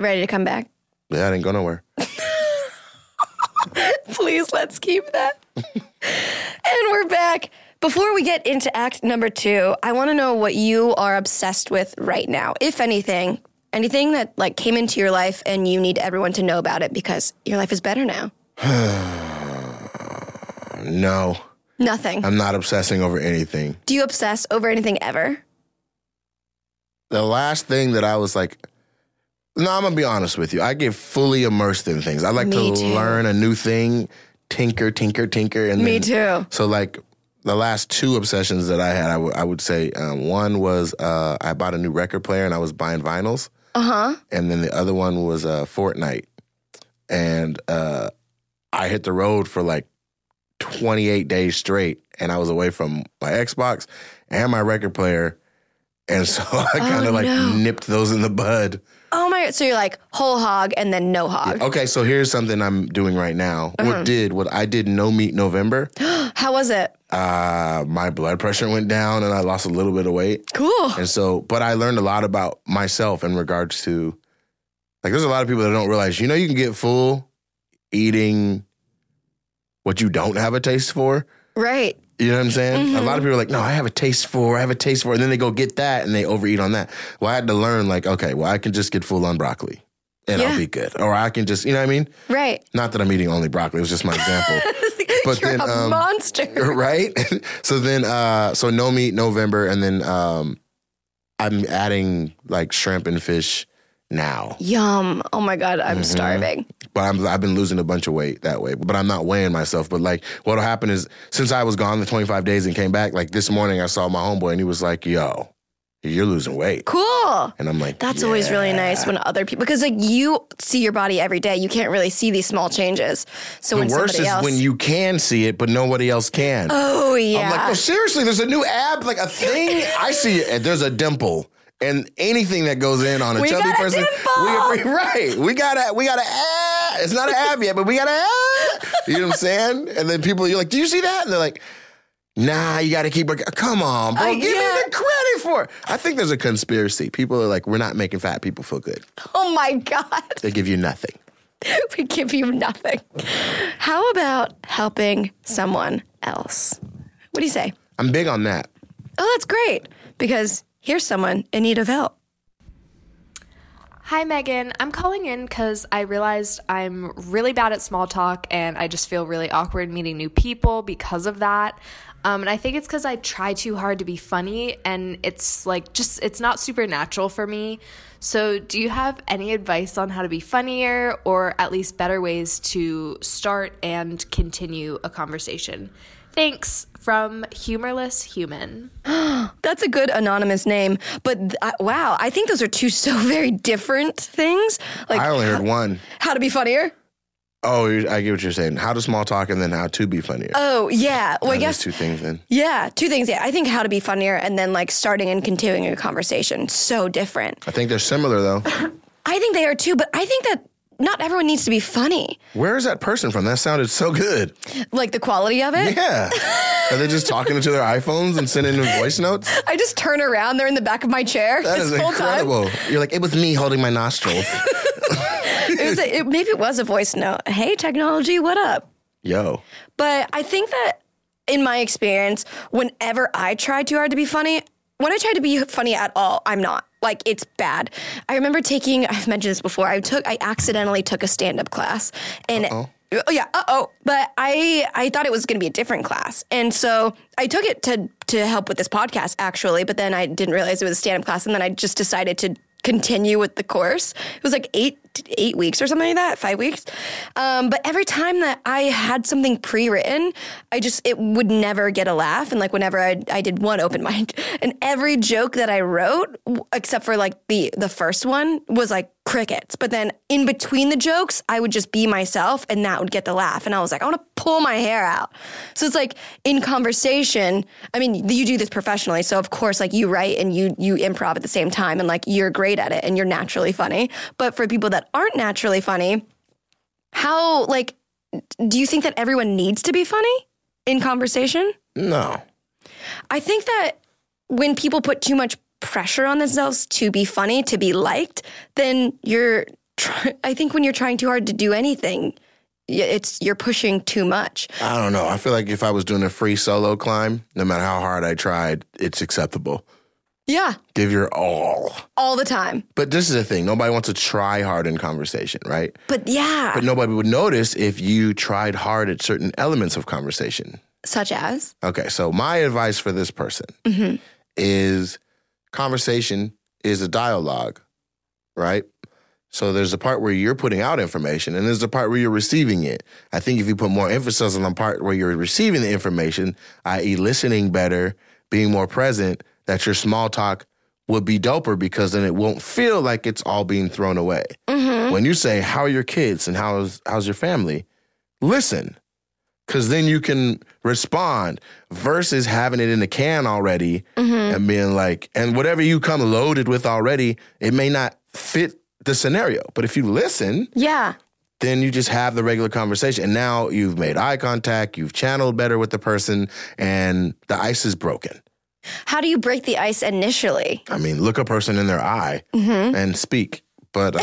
D: Ready to come back?
C: Yeah, I didn't go nowhere.
D: Please let's keep that. and we're back. Before we get into act number two, I want to know what you are obsessed with right now, if anything. Anything that like came into your life and you need everyone to know about it because your life is better now.
C: No,
D: Nothing.
C: I'm not obsessing over anything.
D: Do you obsess over anything ever?
C: The last thing that I was like, no, I'm gonna be honest with you. I get fully immersed in things. I like
D: Me
C: to
D: too.
C: learn a new thing, tinker, tinker, tinker, and
D: Me
C: then-
D: too.
C: So like the last two obsessions that I had, I would- I would say um, one was uh, I bought a new record player and I was buying vinyls,
D: Uh huh.
C: and then the other one was uh, Fortnite, and uh, I hit the road for like 28 days straight, and I was away from my Xbox and my record player, and so I kind of like
D: no.
C: nipped those in the bud.
D: Oh my! So you're like whole hog and then no hog.
C: Okay, so here's something I'm doing right now. What did what I did no meat November?
D: How was it?
C: Uh, my blood pressure went down and I lost a little bit of weight.
D: Cool.
C: And so, but I learned a lot about myself in regards to like there's a lot of people that don't realize, you know, you can get full eating what you don't have a taste for.
D: Right.
C: You know what I'm saying? A lot of people are like, no, I have a taste for, I have a taste for, and then they go get that and they overeat on that. Well, I had to learn like, okay, well, I can just get full on broccoli and
D: Yeah.
C: I'll be good. Or I can just, you know what I mean?
D: Right.
C: Not that I'm eating only broccoli. It was just my example, But
D: you're
C: then,
D: a
C: um,
D: monster.
C: right? so then, uh, so no meat November, and then um, I'm adding like shrimp and fish now.
D: Yum. Oh my god,
C: Mm-hmm.
D: I'm starving.
C: But I'm, I've been losing a bunch of weight that way. But I'm not weighing myself. But like, what'll happen is since I was gone the 25 days and came back, like this morning I saw my homeboy and he was like, "Yo, you're losing weight,"
D: Cool.
C: and I'm like,
D: That's always really nice when other people, because like you see your body every day, you can't really see these small changes. So
C: The
D: when
C: worst
D: somebody
C: is
D: else,
C: when you can see it, but nobody else can.
D: oh
C: I'm like,
D: yeah,
C: no, seriously, there's a new ab, like a thing. I see it. There's a dimple. And anything that goes in on a
D: We
C: chubby
D: got a
C: person,
D: dimple.
C: we right. We got a we got a ab. It's not an ab yet, but we got a ab. You know what I'm saying? And then people, you're like, do you see that? And they're like, nah, you got to keep. working." Come on, bro,
D: Uh,
C: give
D: yeah.
C: me the credit for. it. I think there's a conspiracy. People are like, we're not making fat people feel good.
D: oh my god,
C: They give you nothing.
D: we give you nothing. How about helping someone else? What do you say?
C: I'm big on that.
D: Oh, that's great because here's someone in need of help.
G: Hi, Megan. I'm calling in because I realized I'm really bad at small talk and I just feel really awkward meeting new people because of that. Um, and I think it's because I try too hard to be funny and it's like just, it's not super natural for me. So, do you have any advice on how to be funnier or at least better ways to start and continue a conversation? Thanks from Humorless Human.
D: That's a good anonymous name, but th- I- wow, I think those are two so very different things. Like
C: I only heard one.
D: how to be funnier.
C: Oh, you- I get what you're saying. How to small talk and then how to be funnier.
D: Oh yeah, well I
C: Now,
D: guess
C: there's two things then.
D: Yeah, two things. Yeah, I think how to be funnier and then like starting and continuing a conversation. So different.
C: I think they're similar though.
D: I think they are too, but I think that not everyone needs to be funny.
C: Where is that person from? That sounded so good.
D: Like the quality of it.
C: Yeah. Are they just talking into their iPhones and sending in voice notes?
D: I just turn around, they're in the back of my chair
C: That
D: this
C: is
D: whole
C: incredible. You're like, it was me holding my nostrils.
D: time. It was a, it, maybe it was a voice note. Hey, technology, what up?
C: Yo.
D: But I think that in my experience, whenever I try too hard to be funny, when I try to be funny at all, I'm not. Like it's bad. I remember taking I've mentioned this before. I took I accidentally took a stand-up class and oh yeah, uh-oh. But I I thought it was going to be a different class. And so I took it to to help with this podcast actually, but then I didn't realize it was a stand-up class and then I just decided to continue with the course. It was like eight eight weeks or something like that, five weeks. Um, but every time that I had something pre-written, I just it would never get a laugh. And like whenever I I did one open mic, and every joke that I wrote, w- except for like the the first one, was like crickets. But then in between the jokes, I would just be myself, and that would get the laugh. And I was like, I want to pull my hair out. So it's like in conversation. I mean, you do this professionally, so of course, like you write and you you improv at the same time, and like you're great at it, and you're naturally funny. But for people that aren't naturally funny, how like do you think that everyone needs to be funny in conversation?
C: No.
D: I think that when people put too much pressure on themselves to be funny, to be liked, then you're. Try- I think when you're trying too hard to do anything, y- it's you're pushing too much.
C: I don't know. I feel like if I was doing a free solo climb, no matter how hard I tried, it's acceptable.
D: Yeah,
C: Give your all.
D: all the time.
C: But this is the thing nobody wants to try hard in conversation, right?
D: But yeah,
C: But nobody would notice if you tried hard at certain elements of conversation.
D: such as
C: Okay, so my advice for this person
D: Mhm.
C: is conversation is a dialogue, right? So there's the part where you're putting out information and there's the part where you're receiving it. I think if you put more emphasis on the part where you're receiving the information, i.e., listening better, being more present, that your small talk would be doper because then it won't feel like it's all being thrown away. When you say, How are your kids and how's how's your family? Listen because then you can respond versus having it in the can already and being like, and whatever you come loaded with already, it may not fit the scenario. But if you listen,
D: yeah,
C: then you just have the regular conversation. And now you've made eye contact, you've channeled better with the person, and the ice is broken.
D: how do you break the ice initially?
C: I mean, look a person in their eye and speak. But uh,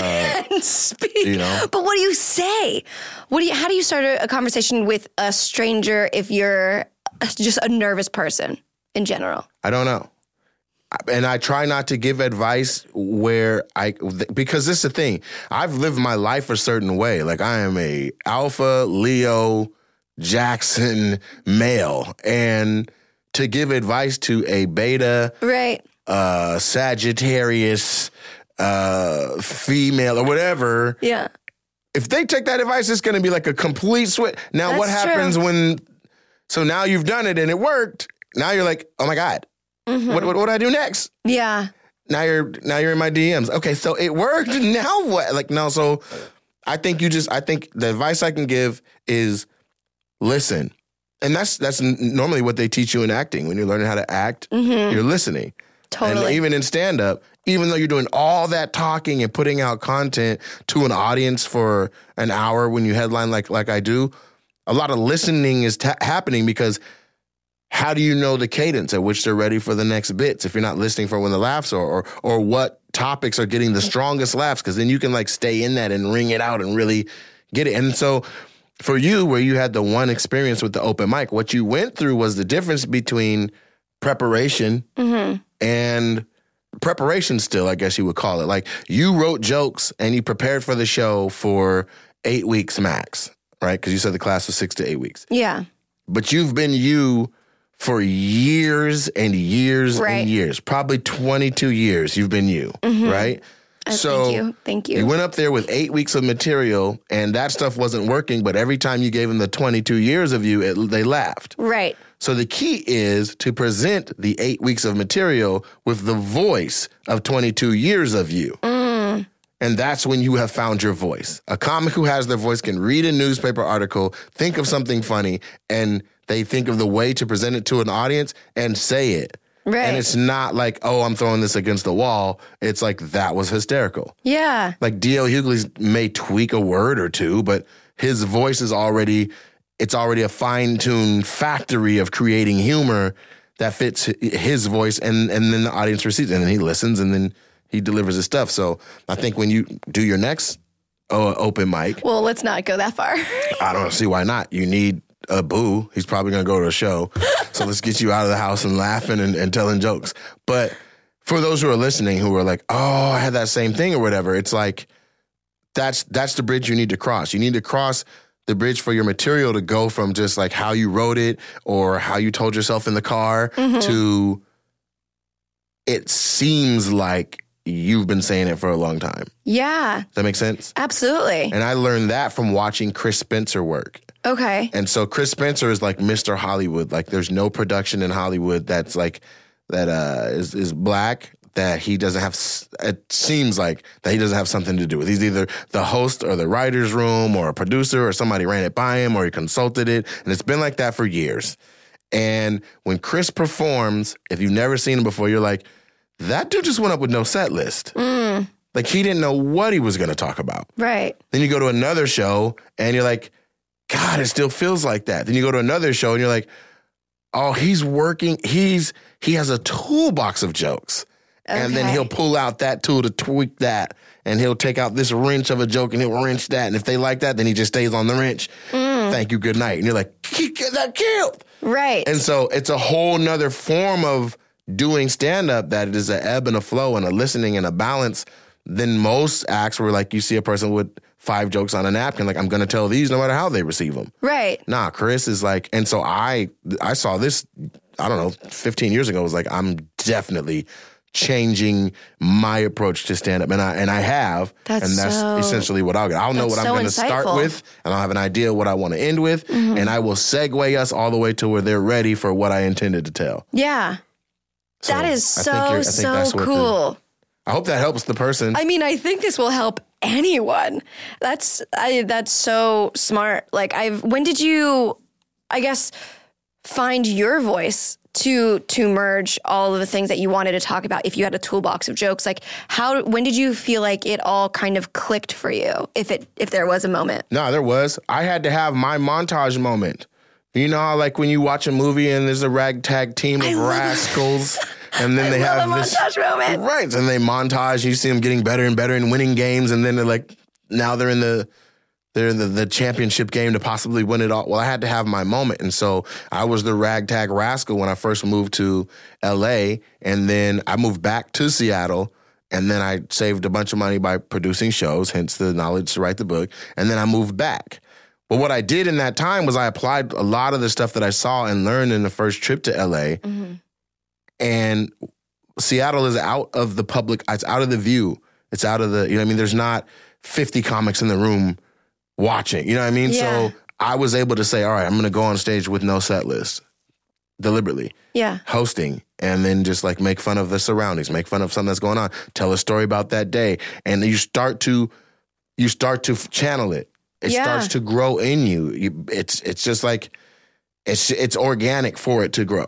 D: and speak.
C: You know?
D: But what do you say? What do you? How do you start a, a conversation with a stranger if you're just a nervous person in general?
C: I don't know. I- And I try not to give advice where I th- because this is the thing. I've lived my life a certain way. Like I am a alpha Leo Jackson male and to give advice to a beta
D: Right.
C: uh Sagittarius uh female or whatever
D: Yeah.
C: if they take that advice, it's going to be like a complete switch. Now, what
D: That's true.
C: happens when? So now you've done it and it worked. Now you're like, oh my god,
D: Mm-hmm.
C: what what what do I do next?
D: Yeah.
C: Now you're now you're in my DMs. Okay, so it worked. Now what? Like no, so I think you just I think the advice I can give is listen, and that's that's n- normally what they teach you in acting when you're learning how to act.
D: Mm-hmm.
C: You're listening.
D: Totally.
C: And even in stand up, even though you're doing all that talking and putting out content to an audience for an hour when you headline like like I do, a lot of listening is ta- happening because how do you know the cadence at which they're ready for the next bits if you're not listening for when the laughs are or or what topics are getting the strongest laughs because then you can like stay in that and ring it out and really get it. And so for you where you had the one experience with the open mic, what you went through was the difference between preparation and preparation still, I guess you would call it. Like you wrote jokes and you prepared for the show for eight weeks max, right? Because you said the class was six to eight weeks.
D: Yeah.
C: But you've been you for years and years
D: Right.
C: and years, probably 22 years you've been you, right?
D: Uh, thank you. Thank you.
C: You went up there with eight weeks of material, and that stuff wasn't working. But every time you gave them the 22 years of you, it, they laughed.
D: right.
C: So the key is to present the eight weeks of material with the voice of 22 years of you. And that's when you have found your voice. A comic who has their voice can read a newspaper article, think of something funny, and they think of the way to present it to an audience and say it.
D: Right.
C: And it's not like, oh, I'm throwing this against the wall. It's like, that was hysterical.
D: Yeah.
C: Like D.L. Hughley's may tweak a word or two, but his voice is already it's already a fine-tuned factory of creating humor that fits hi- his voice and and then the audience receives it and then he listens and then he delivers his stuff. So I think when you do your next uh, open mic,
D: Well, let's not go that far.
C: I don't see why not. You need a boo. He's probably gonna go to a show. so let's get you out of the house and laughing and, and telling jokes. But for those who are listening who are like, oh, I had that same thing or whatever, it's like that's that's the bridge you need to cross. You need to cross the bridge for your material to go from just like how you wrote it or how you told yourself in the car to it seems like you've been saying it for a long time.
D: Yeah.
C: Does that make sense?
D: Absolutely.
C: And I learned that from watching Chris Spencer work.
D: Okay.
C: And so Chris Spencer is like Mr. Hollywood. Like there's no production in Hollywood that's like that uh is is black that he doesn't have s- it seems like that he doesn't have something to do with. He's either the host or the writers room or a producer or somebody ran it by him or he consulted it and it's been like that for years. And when Chris performs, if you've never seen him before, you're like that dude just went up with no set list.
D: Mm,
C: Like he didn't know what he was going to talk about.
D: right.
C: Then you go to another show and you're like, God, it still feels like that. Then you go to another show and you're like, oh, he's working. He's he has a toolbox of jokes. And then
D: Okay.
C: he'll pull out that tool to tweak that. And he'll take out this wrench of a joke and he'll wrench that. And if they like that, then he just stays on the wrench. Thank you, good night. And you're like, "He got that killed.
D: Right.
C: And so it's a whole nother form of doing stand up that it is an ebb and a flow and a listening and a balance than most acts where like you see a person with five jokes on a napkin, like I'm gonna tell these no matter how they receive them.
D: Right.
C: Nah, Chris is like, and so I I saw this, I don't know, 15 years ago. I was like, I'm definitely changing my approach to stand up, and I and I have,
H: That's
C: and that's
H: so-
C: essentially what I'll get. I'll know
H: that's
C: what I'm
H: so
C: going to start
H: insightful. Mm-hmm.
C: with, and I'll have an idea what I want to end with,
D: Mhm.
C: and I will segue us all the way to where they're ready for what I intended to tell.
D: Yeah. that is
C: I think you're-
D: so
C: I think
D: so
C: that's what the-
D: cool.
C: I hope that helps the person.
D: I mean, I think this will help anyone. That's I that's so smart. Like I've when did you I guess find your voice to to merge all of the things that you wanted to talk about if you had a toolbox of jokes like how when did you feel like it all kind of clicked for you if it if there was a moment
C: No, there was. I had to have my montage moment. You know, how, like when you watch a movie and there's a ragtag team of rascals, and then they have
D: a
C: this
D: montage moment.
C: right? And they montage. You see them getting better and better and winning games, and then they're like, now they're in the they're in the, the championship game to possibly win it all. Well, I had to have my moment, and so I was the ragtag rascal when I first moved to L.A., and then I moved back to Seattle. And then I saved a bunch of money by producing shows, hence the knowledge to write the book. And then I moved back. But what I did in that time was I applied a lot of the stuff that I saw and learned in the first trip to LA. And Seattle is out of the public, it's out of the view. It's out of the, you know what I mean? There's not 50 comics in the room watching, you know what I mean?
D: Yeah.
C: So I was able to say, all right, I'm going to go on stage with no set list deliberately
D: yeah
C: hosting and then just like make fun of the surroundings, make fun of something that's going on, tell a story about that day, and you start to you start to f- channel it. It
H: Yeah.
C: starts to grow in you. you. It's it's just like it's it's organic for it to grow.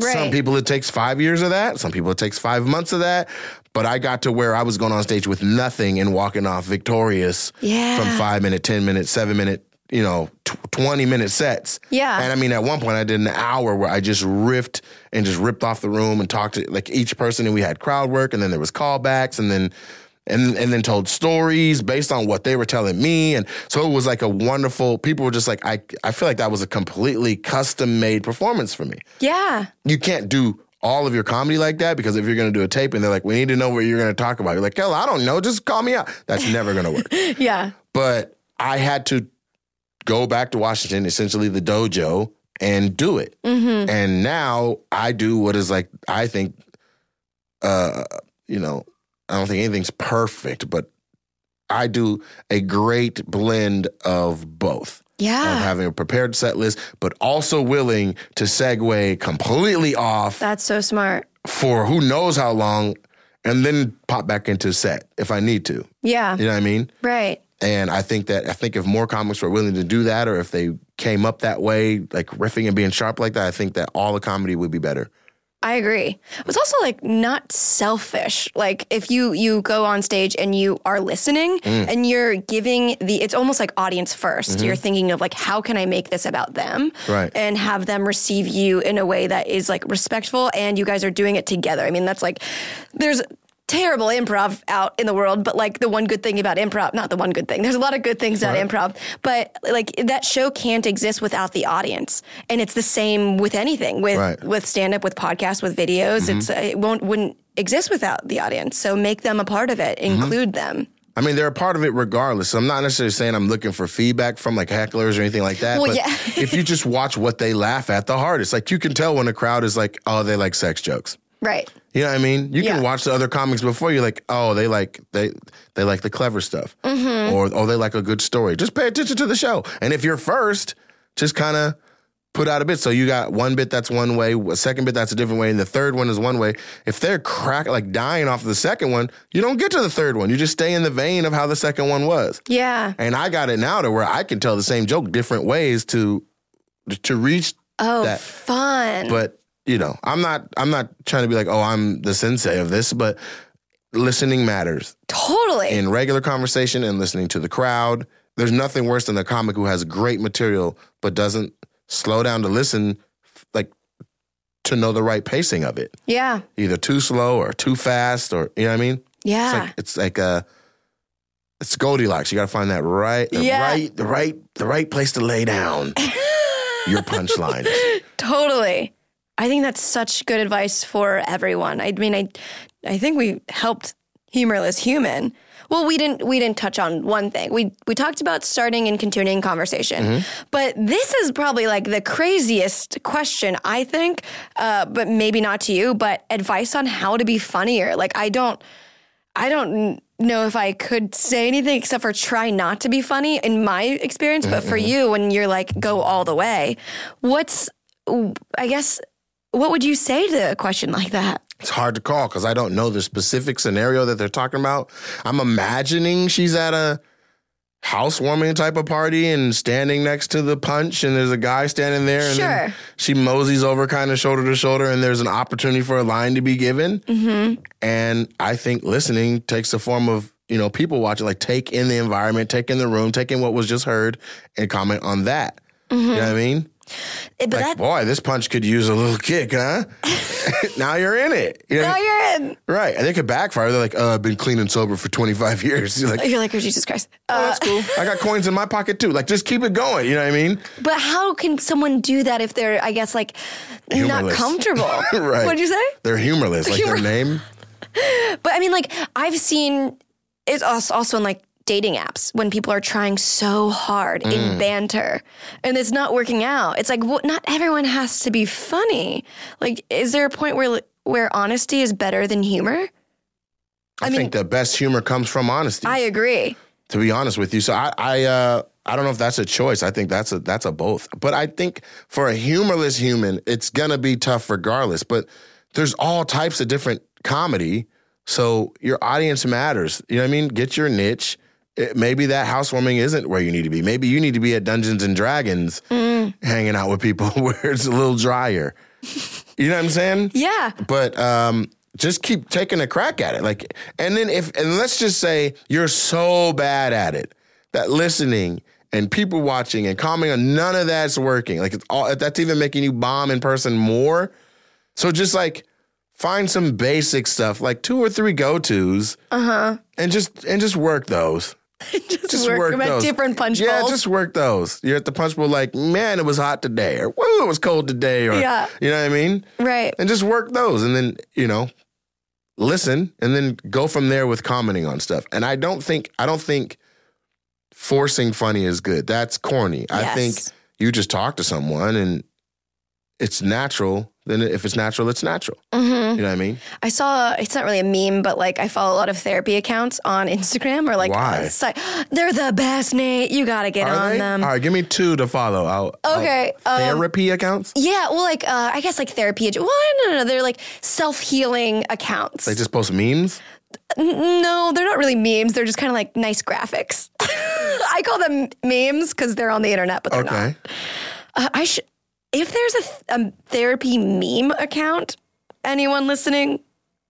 C: Some
H: Right.
C: people it takes five years of that. Some people it takes five months of that. But I got to where I was going on stage with nothing and walking off victorious
D: Yeah.
C: from five minute, ten minute, seven minute, you know, tw- twenty minute sets.
D: Yeah.
C: And I mean, at one point, I did an hour where I just riffed and just ripped off the room and talked to like each person, and we had crowd work, and then there was callbacks, and then and and then told stories based on what they were telling me, and so it was like a wonderful. People were just like, I I feel like that was a completely custom made performance for me
D: yeah
C: you can't do all of your comedy like that because if you're going to do a tape and they're like, we need to know what you're going to talk about, you're like, hell, I don't know, just call me out. That's never going to work.
D: yeah
C: But I had to go back to Washington, essentially the dojo, and do it.
H: Mhm.
C: And now I do what is like, I think, uh, you know, I don't think anything's perfect, but I do a great blend of both of
D: yeah
C: having a prepared set list, but also willing to segue completely off
D: that's so smart
C: for who knows how long and then pop back into set if I need to.
D: yeah
C: You know what I mean?
D: right
C: And I think that I think if more comics were willing to do that or if they came up that way, like riffing and being sharp like that, I think that all the comedy would be better.
D: I agree. It's also like not selfish. Like if you you go on stage and you are listening
I: Mm.
D: and you're giving the it's almost like audience 1st you
I: Mhm.
D: You're thinking of like how can I make this about them?
I: Right.
D: And have them receive you in a way that is like respectful and you guys are doing it together. I mean, that's like there's terrible improv out in the world, but like the one good thing about improv, not the one good thing. There's a lot of good things about improv, but like that show can't exist without the audience. And it's the same with anything with
I: Right.
D: with stand up, with podcasts, with videos.
C: Mm-hmm.
D: It's uh, it won't wouldn't exist without the audience. So make them a part of
C: Mm-hmm.
D: it. Include them.
C: I mean, they're a part of it regardless. So I'm not necessarily saying I'm looking for feedback from like hecklers or anything like that.
D: Well,
C: but
D: yeah.
C: if you just watch what they laugh at the hardest, like you can tell when a crowd is like, oh, they like sex jokes.
D: Right.
C: You You know what I mean? You
D: Yeah.
C: can watch the other comics before you're like, oh, they like they they like the clever stuff,
D: Mhm.
C: or oh, they like a good story. Just pay attention to the show, and if you're first, just kind of put out a bit. So you got one bit that's one way, a second bit that's a different way, and the third one is one way. If they're crack like dying off the second one, you don't get to the third one. You just stay in the vein of how the second one was.
D: Yeah.
C: And I got it now to where I can tell the same joke different ways to to reach
D: Oh,
C: that.
D: fun.
C: But you know, I'm not I'm not trying to be like, oh, I'm the sensei of this, but listening matters
D: totally.
C: in regular conversation and listening to the crowd. There's nothing worse than a comic who has great material but doesn't slow down to listen, like to know the right pacing of it.
D: yeah.
C: Either too slow or too fast, or you know what I mean.
D: Yeah.
C: It's like it's like a it's Goldilocks. You got to find that right, the
D: Yeah.
C: right, the right, the right place to lay down your punchline.
D: Totally. I think that's such good advice for everyone. I mean, I I think we helped humorless human. Well, we didn't we didn't touch on one thing. We we talked about starting and continuing conversation. But this is probably like the craziest question, I think. Uh, but maybe not to you, but advice on how to be funnier. Like I don't I don't know if I could say anything except for try not to be funny in my experience. But for
C: Mm-hmm.
D: you, when you're like, go all the way, what's, I guess, what would you say to a question like that?
C: It's hard to call because I don't know the specific scenario that they're talking about. I'm imagining she's at a housewarming type of party and standing next to the punch, and there's a guy standing there, and then
D: Sure.
C: she moseys over kind of shoulder to shoulder, and there's an opportunity for a line to be given.
D: Mm-hmm.
C: And I think listening takes the form of, you know, people watching, like take in the environment, take in the room, take in what was just heard, and comment on that. You know what I mean?
D: Mm-hmm. Eh, But
C: like,
D: that,
C: boy, this punch could use a little kick, huh? now you're in it. You know what I
D: now
C: mean?
D: you're in.
C: Right. And they could backfire. They're like, uh, I've been clean and sober for 25 years. You're like,
D: You're like, oh, Jesus Christ.
C: "Oh,
D: Uh,
C: that's cool. I got coins in my pocket too. Like, just keep it going. You know what I mean?
D: but how can someone do that if they're, I guess, like not
C: Humorless.
D: comfortable?
C: right.
D: What'd you say?
C: They're humorless. Like,
D: Humor-
C: their name.
D: But I mean, like I've seen it's als- also in like dating apps when people are trying so hard
C: Mm.
D: in banter and it's not working out. It's like wh- not everyone has to be funny. Like, is there a point where where honesty is better than humor?
C: I, think the best humor comes from honesty,
D: I agree.
C: to be honest with you. So I, I, uh, I don't know if that's a choice. I think that's a that's a both. But I think for a humorless human, it's gonna be tough regardless. But there's all types of different comedy, so your audience matters. You know what I mean? Get your niche. It- maybe that housewarming isn't where you need to be. Maybe you need to be at Dungeons and Dragons, hanging out with people where it's a little drier. You know what I'm saying?
D: Yeah.
C: but um just keep taking a crack at it like and then if and let's just say you're so bad at it that listening and people watching and commenting on none of that's working like it's all that's even making you bomb in person more so just like find some basic stuff like two or three go-to's
D: Uh huh.
C: and just and just work those
D: Just,
C: just
D: work,
C: work,
D: them at
C: those.
D: different punch
C: yeah,
D: bowls.
C: just work those. You're at the punch bowl, like, man, it was hot today, or woo, it was cold today, or
D: Yeah.
C: you know what I mean?
D: right.
C: and just work those and then you know listen and then go from there with commenting on stuff and i don't think i don't think forcing funny is good that's corny i think
D: Yes.
C: you just talk to someone and it's natural then if it's natural it's natural
D: Mm-hmm.
C: you know what i mean
D: I saw it's not really a meme, but like I follow a lot of therapy accounts on Instagram or like
C: Why?
D: on site. They're the best, Nate. You gotta get on them.
C: all right give me two to follow I'll, I'll-
D: Okay, um,
C: therapy accounts
D: Yeah, well, like uh, I guess like therapy. Well, no, no, no, they're like self healing accounts.
C: they just post memes
D: N- no, they're not really memes. They're just kind of like nice graphics. I call them memes because they're on the internet, but they're not.
C: okay
D: Uh, I should. If there's a, th- a therapy meme account, anyone listening,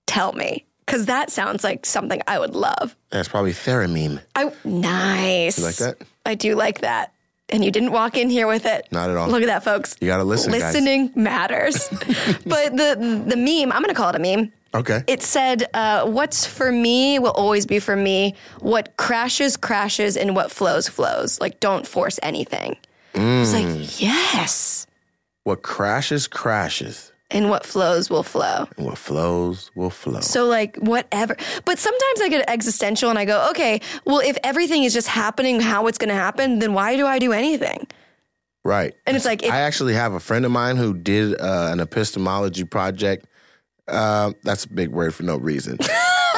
D: tell me because that sounds like something I would love.
C: that's probably therameme
D: I nice.
C: you like that
D: I do like that. And you didn't walk in here with it.
C: Not at all.
D: Look at that, folks.
C: You gotta listen, guys.
D: Listening matters. but the the meme, I'm gonna call it a meme.
C: okay
D: It said, uh, "What's for me will always be for me. What crashes crashes, and what flows flows. Like don't force anything." It's
C: Mm.
D: like yes,
C: what crashes crashes
D: and what flows will flow.
C: and what flows will flow
D: So like whatever. But sometimes I get existential and I go, okay, well if everything is just happening how it's going to happen, then why do I do anything?
C: Right.
D: And it's like, if-
C: I actually have a friend of mine who did uh, an epistemology project Um, that's a big word for no reason.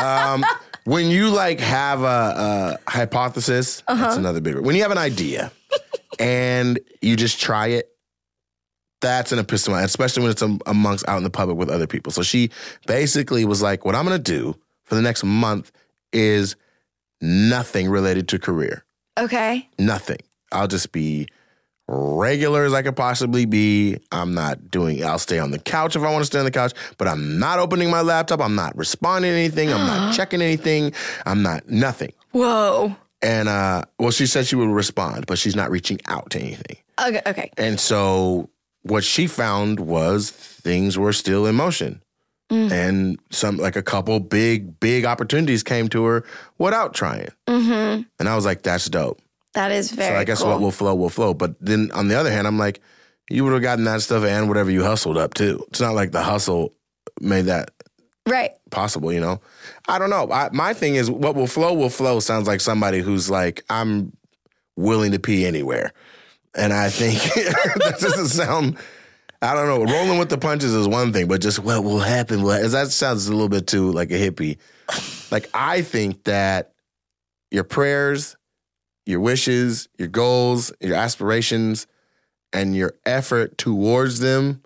C: um, when you like have a, a hypothesis, that's
H: Uh-huh.
C: another big word. When you have an idea and you just try it, that's an epistemology, especially when it's am- amongst out in the public with other people. So she basically was like, "What I'm going to do for the next month is nothing related to career."
D: Okay.
C: nothing. I'll just be regular as I could possibly be. I'm not doing, I'll stay on the couch if I want to stay on the couch, but I'm not opening my laptop. I'm not responding to anything. I'm not checking anything. I'm not, nothing.
D: Whoa.
C: And, uh, well, she said she would respond, but she's not reaching out to anything.
D: Okay. Okay.
C: And so what she found was things were still in motion.
D: Mm.
C: And some, like a couple big, big opportunities came to her without trying.
D: Mm-hmm.
C: And I was like, that's dope
D: That is very.
C: so I guess
D: cool.
C: what will flow will flow. But then on the other hand, I'm like, you would have gotten that stuff and whatever you hustled up too. It's not like the hustle made that
D: Right.
C: possible, you know? I don't know. I, my thing is, what will flow will flow sounds like somebody who's like, I'm willing to pee anywhere. And I think that doesn't sound. I don't know. Rolling with the punches is one thing, but just what will happen? What, that sounds a little bit too like a hippie. Like I think that your prayers, your wishes, your goals, your aspirations, and your effort towards them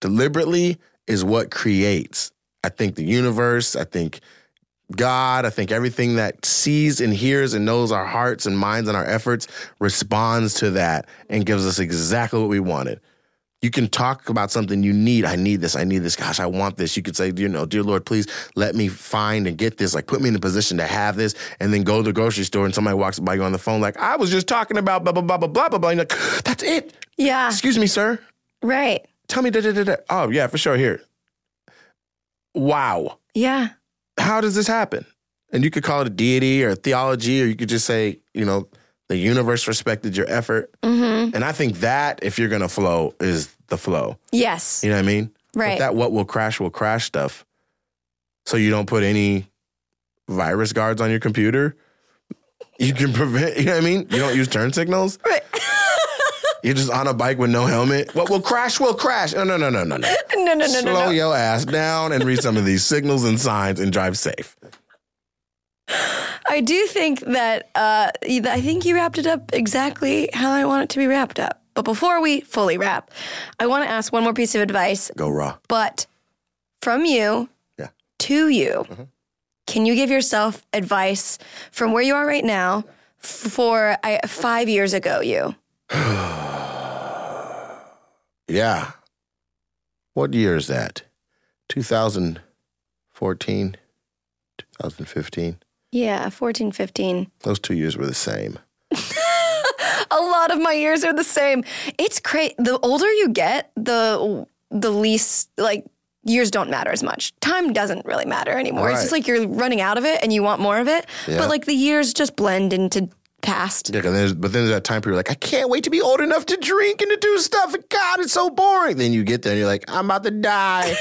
C: deliberately is what creates. I think the universe, I think God, I think everything that sees and hears and knows our hearts and minds and our efforts responds to that and gives us exactly what we wanted. You can talk about something you need. I need this. I need this. Gosh, I want this. You could say, you know, dear Lord, please let me find and get this. Like, put me in a position to have this. And then go to the grocery store and somebody walks by you on the phone, like, I was just talking about blah, blah, blah, blah, blah, blah, blah. And you're like, that's it.
D: Yeah.
C: Excuse me, sir.
D: Right.
C: Tell me, da, da, da, da. Oh, yeah, for sure. Here. Wow
D: Yeah.
C: how does this happen? And you could call it a deity or theology, or you could just say, you know, the universe respected your effort.
D: Mm-hmm.
C: And I think that, if you're going to flow, is the flow.
D: Yes.
C: You know what I mean? But
D: Right.
C: that what will crash will crash stuff. So you don't put any virus guards on your computer. You can prevent, you know what I mean? You don't use turn signals.
D: Right.
C: You're just on a bike with no helmet. What will crash will crash. No, no, no, no, no, no.
D: No. No. No.
C: Slow
D: no. No.
C: your ass down and read some of these signals and signs and drive safe.
D: I do think that uh, I think you wrapped it up exactly how I want it to be wrapped up. But before we fully wrap, I want to ask one more piece of advice.
C: Go raw.
D: But from you
C: Yeah. Mm-hmm.
D: to you, can you give yourself advice from where you are right now for I, five years ago? You
C: Yeah. What year is that? 2014, 2015.
D: yeah, fourteen, fifteen.
C: Those two years were the same.
D: a lot of my years are the same. It's crazy. The older you get, the the least like years don't matter as much. Time doesn't really matter anymore. It's just
C: Right.
D: like you're running out of it and you want more of it.
C: Yeah.
D: But like the years just blend into past.
C: Yeah, 'cause there's- but then there's that time period like, I can't wait to be old enough to drink and to do stuff. God, it's so boring. Then you get there and you're like, I'm about to die.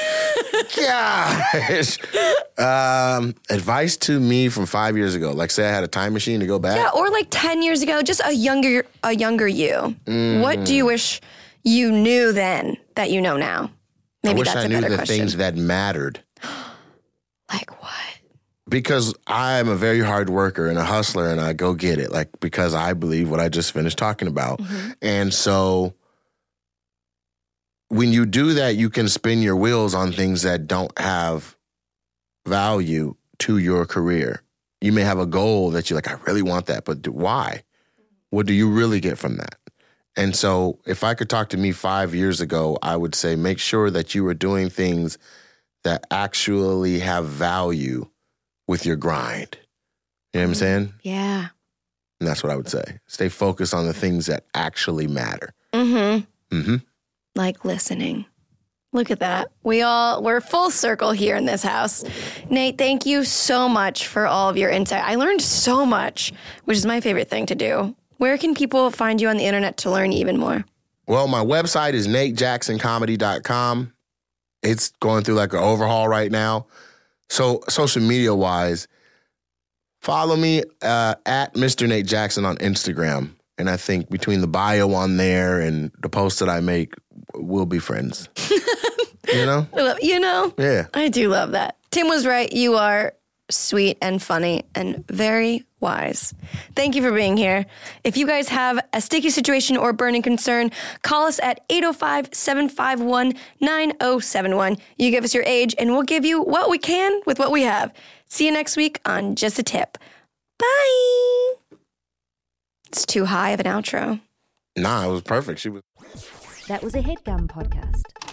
C: Gosh. Um, advice to me from five years ago. Like, say I had a time machine to go back.
D: Yeah, or like 10 years ago, just a younger a younger you.
C: Mm-hmm.
D: What do you wish you knew then that you know now? Maybe
C: I wish
D: that's
C: I
D: a
C: knew
D: better
C: the
D: question.
C: things that mattered.
D: like what?
C: Because I'm a very hard worker and a hustler and I go get it. Like because I believe what I just finished talking about. And so when you do that, you can spin your wheels on things that don't have value to your career. You may have a goal that you're like, I really want that, but do, why? What do you really get from that? And so, if I could talk to me five years ago, I would say make sure that you are doing things that actually have value with your grind. You know what I'm saying?
D: Yeah.
C: And that's what I would say. Stay focused on the things that actually matter.
D: Mhm.
C: Mm-hmm.
D: like listening. Look at that. We all we're full circle here in this house. Nate, thank you so much for all of your insight. I learned so much, which is my favorite thing to do. Where can people find you on the internet to learn even more?
C: Well, my website is natejacksoncomedy.com. It's going through like an overhaul right now. So, social media wise, follow me uh, at Mr. Nate Jackson on Instagram. And I think between the bio on there and the posts that I make, we'll be friends. You know?
D: I love, you know?
C: Yeah.
D: I do love that. Tim was right. You are sweet and funny and very wise. Thank you for being here. If you guys have a sticky situation or burning concern, call us at 805 751 9071. You give us your age, and we'll give you what we can with what we have. See you next week on Just a Tip. Bye. It's too high of an outro.
C: Nah, it was perfect. She was.
J: That was a headgum podcast.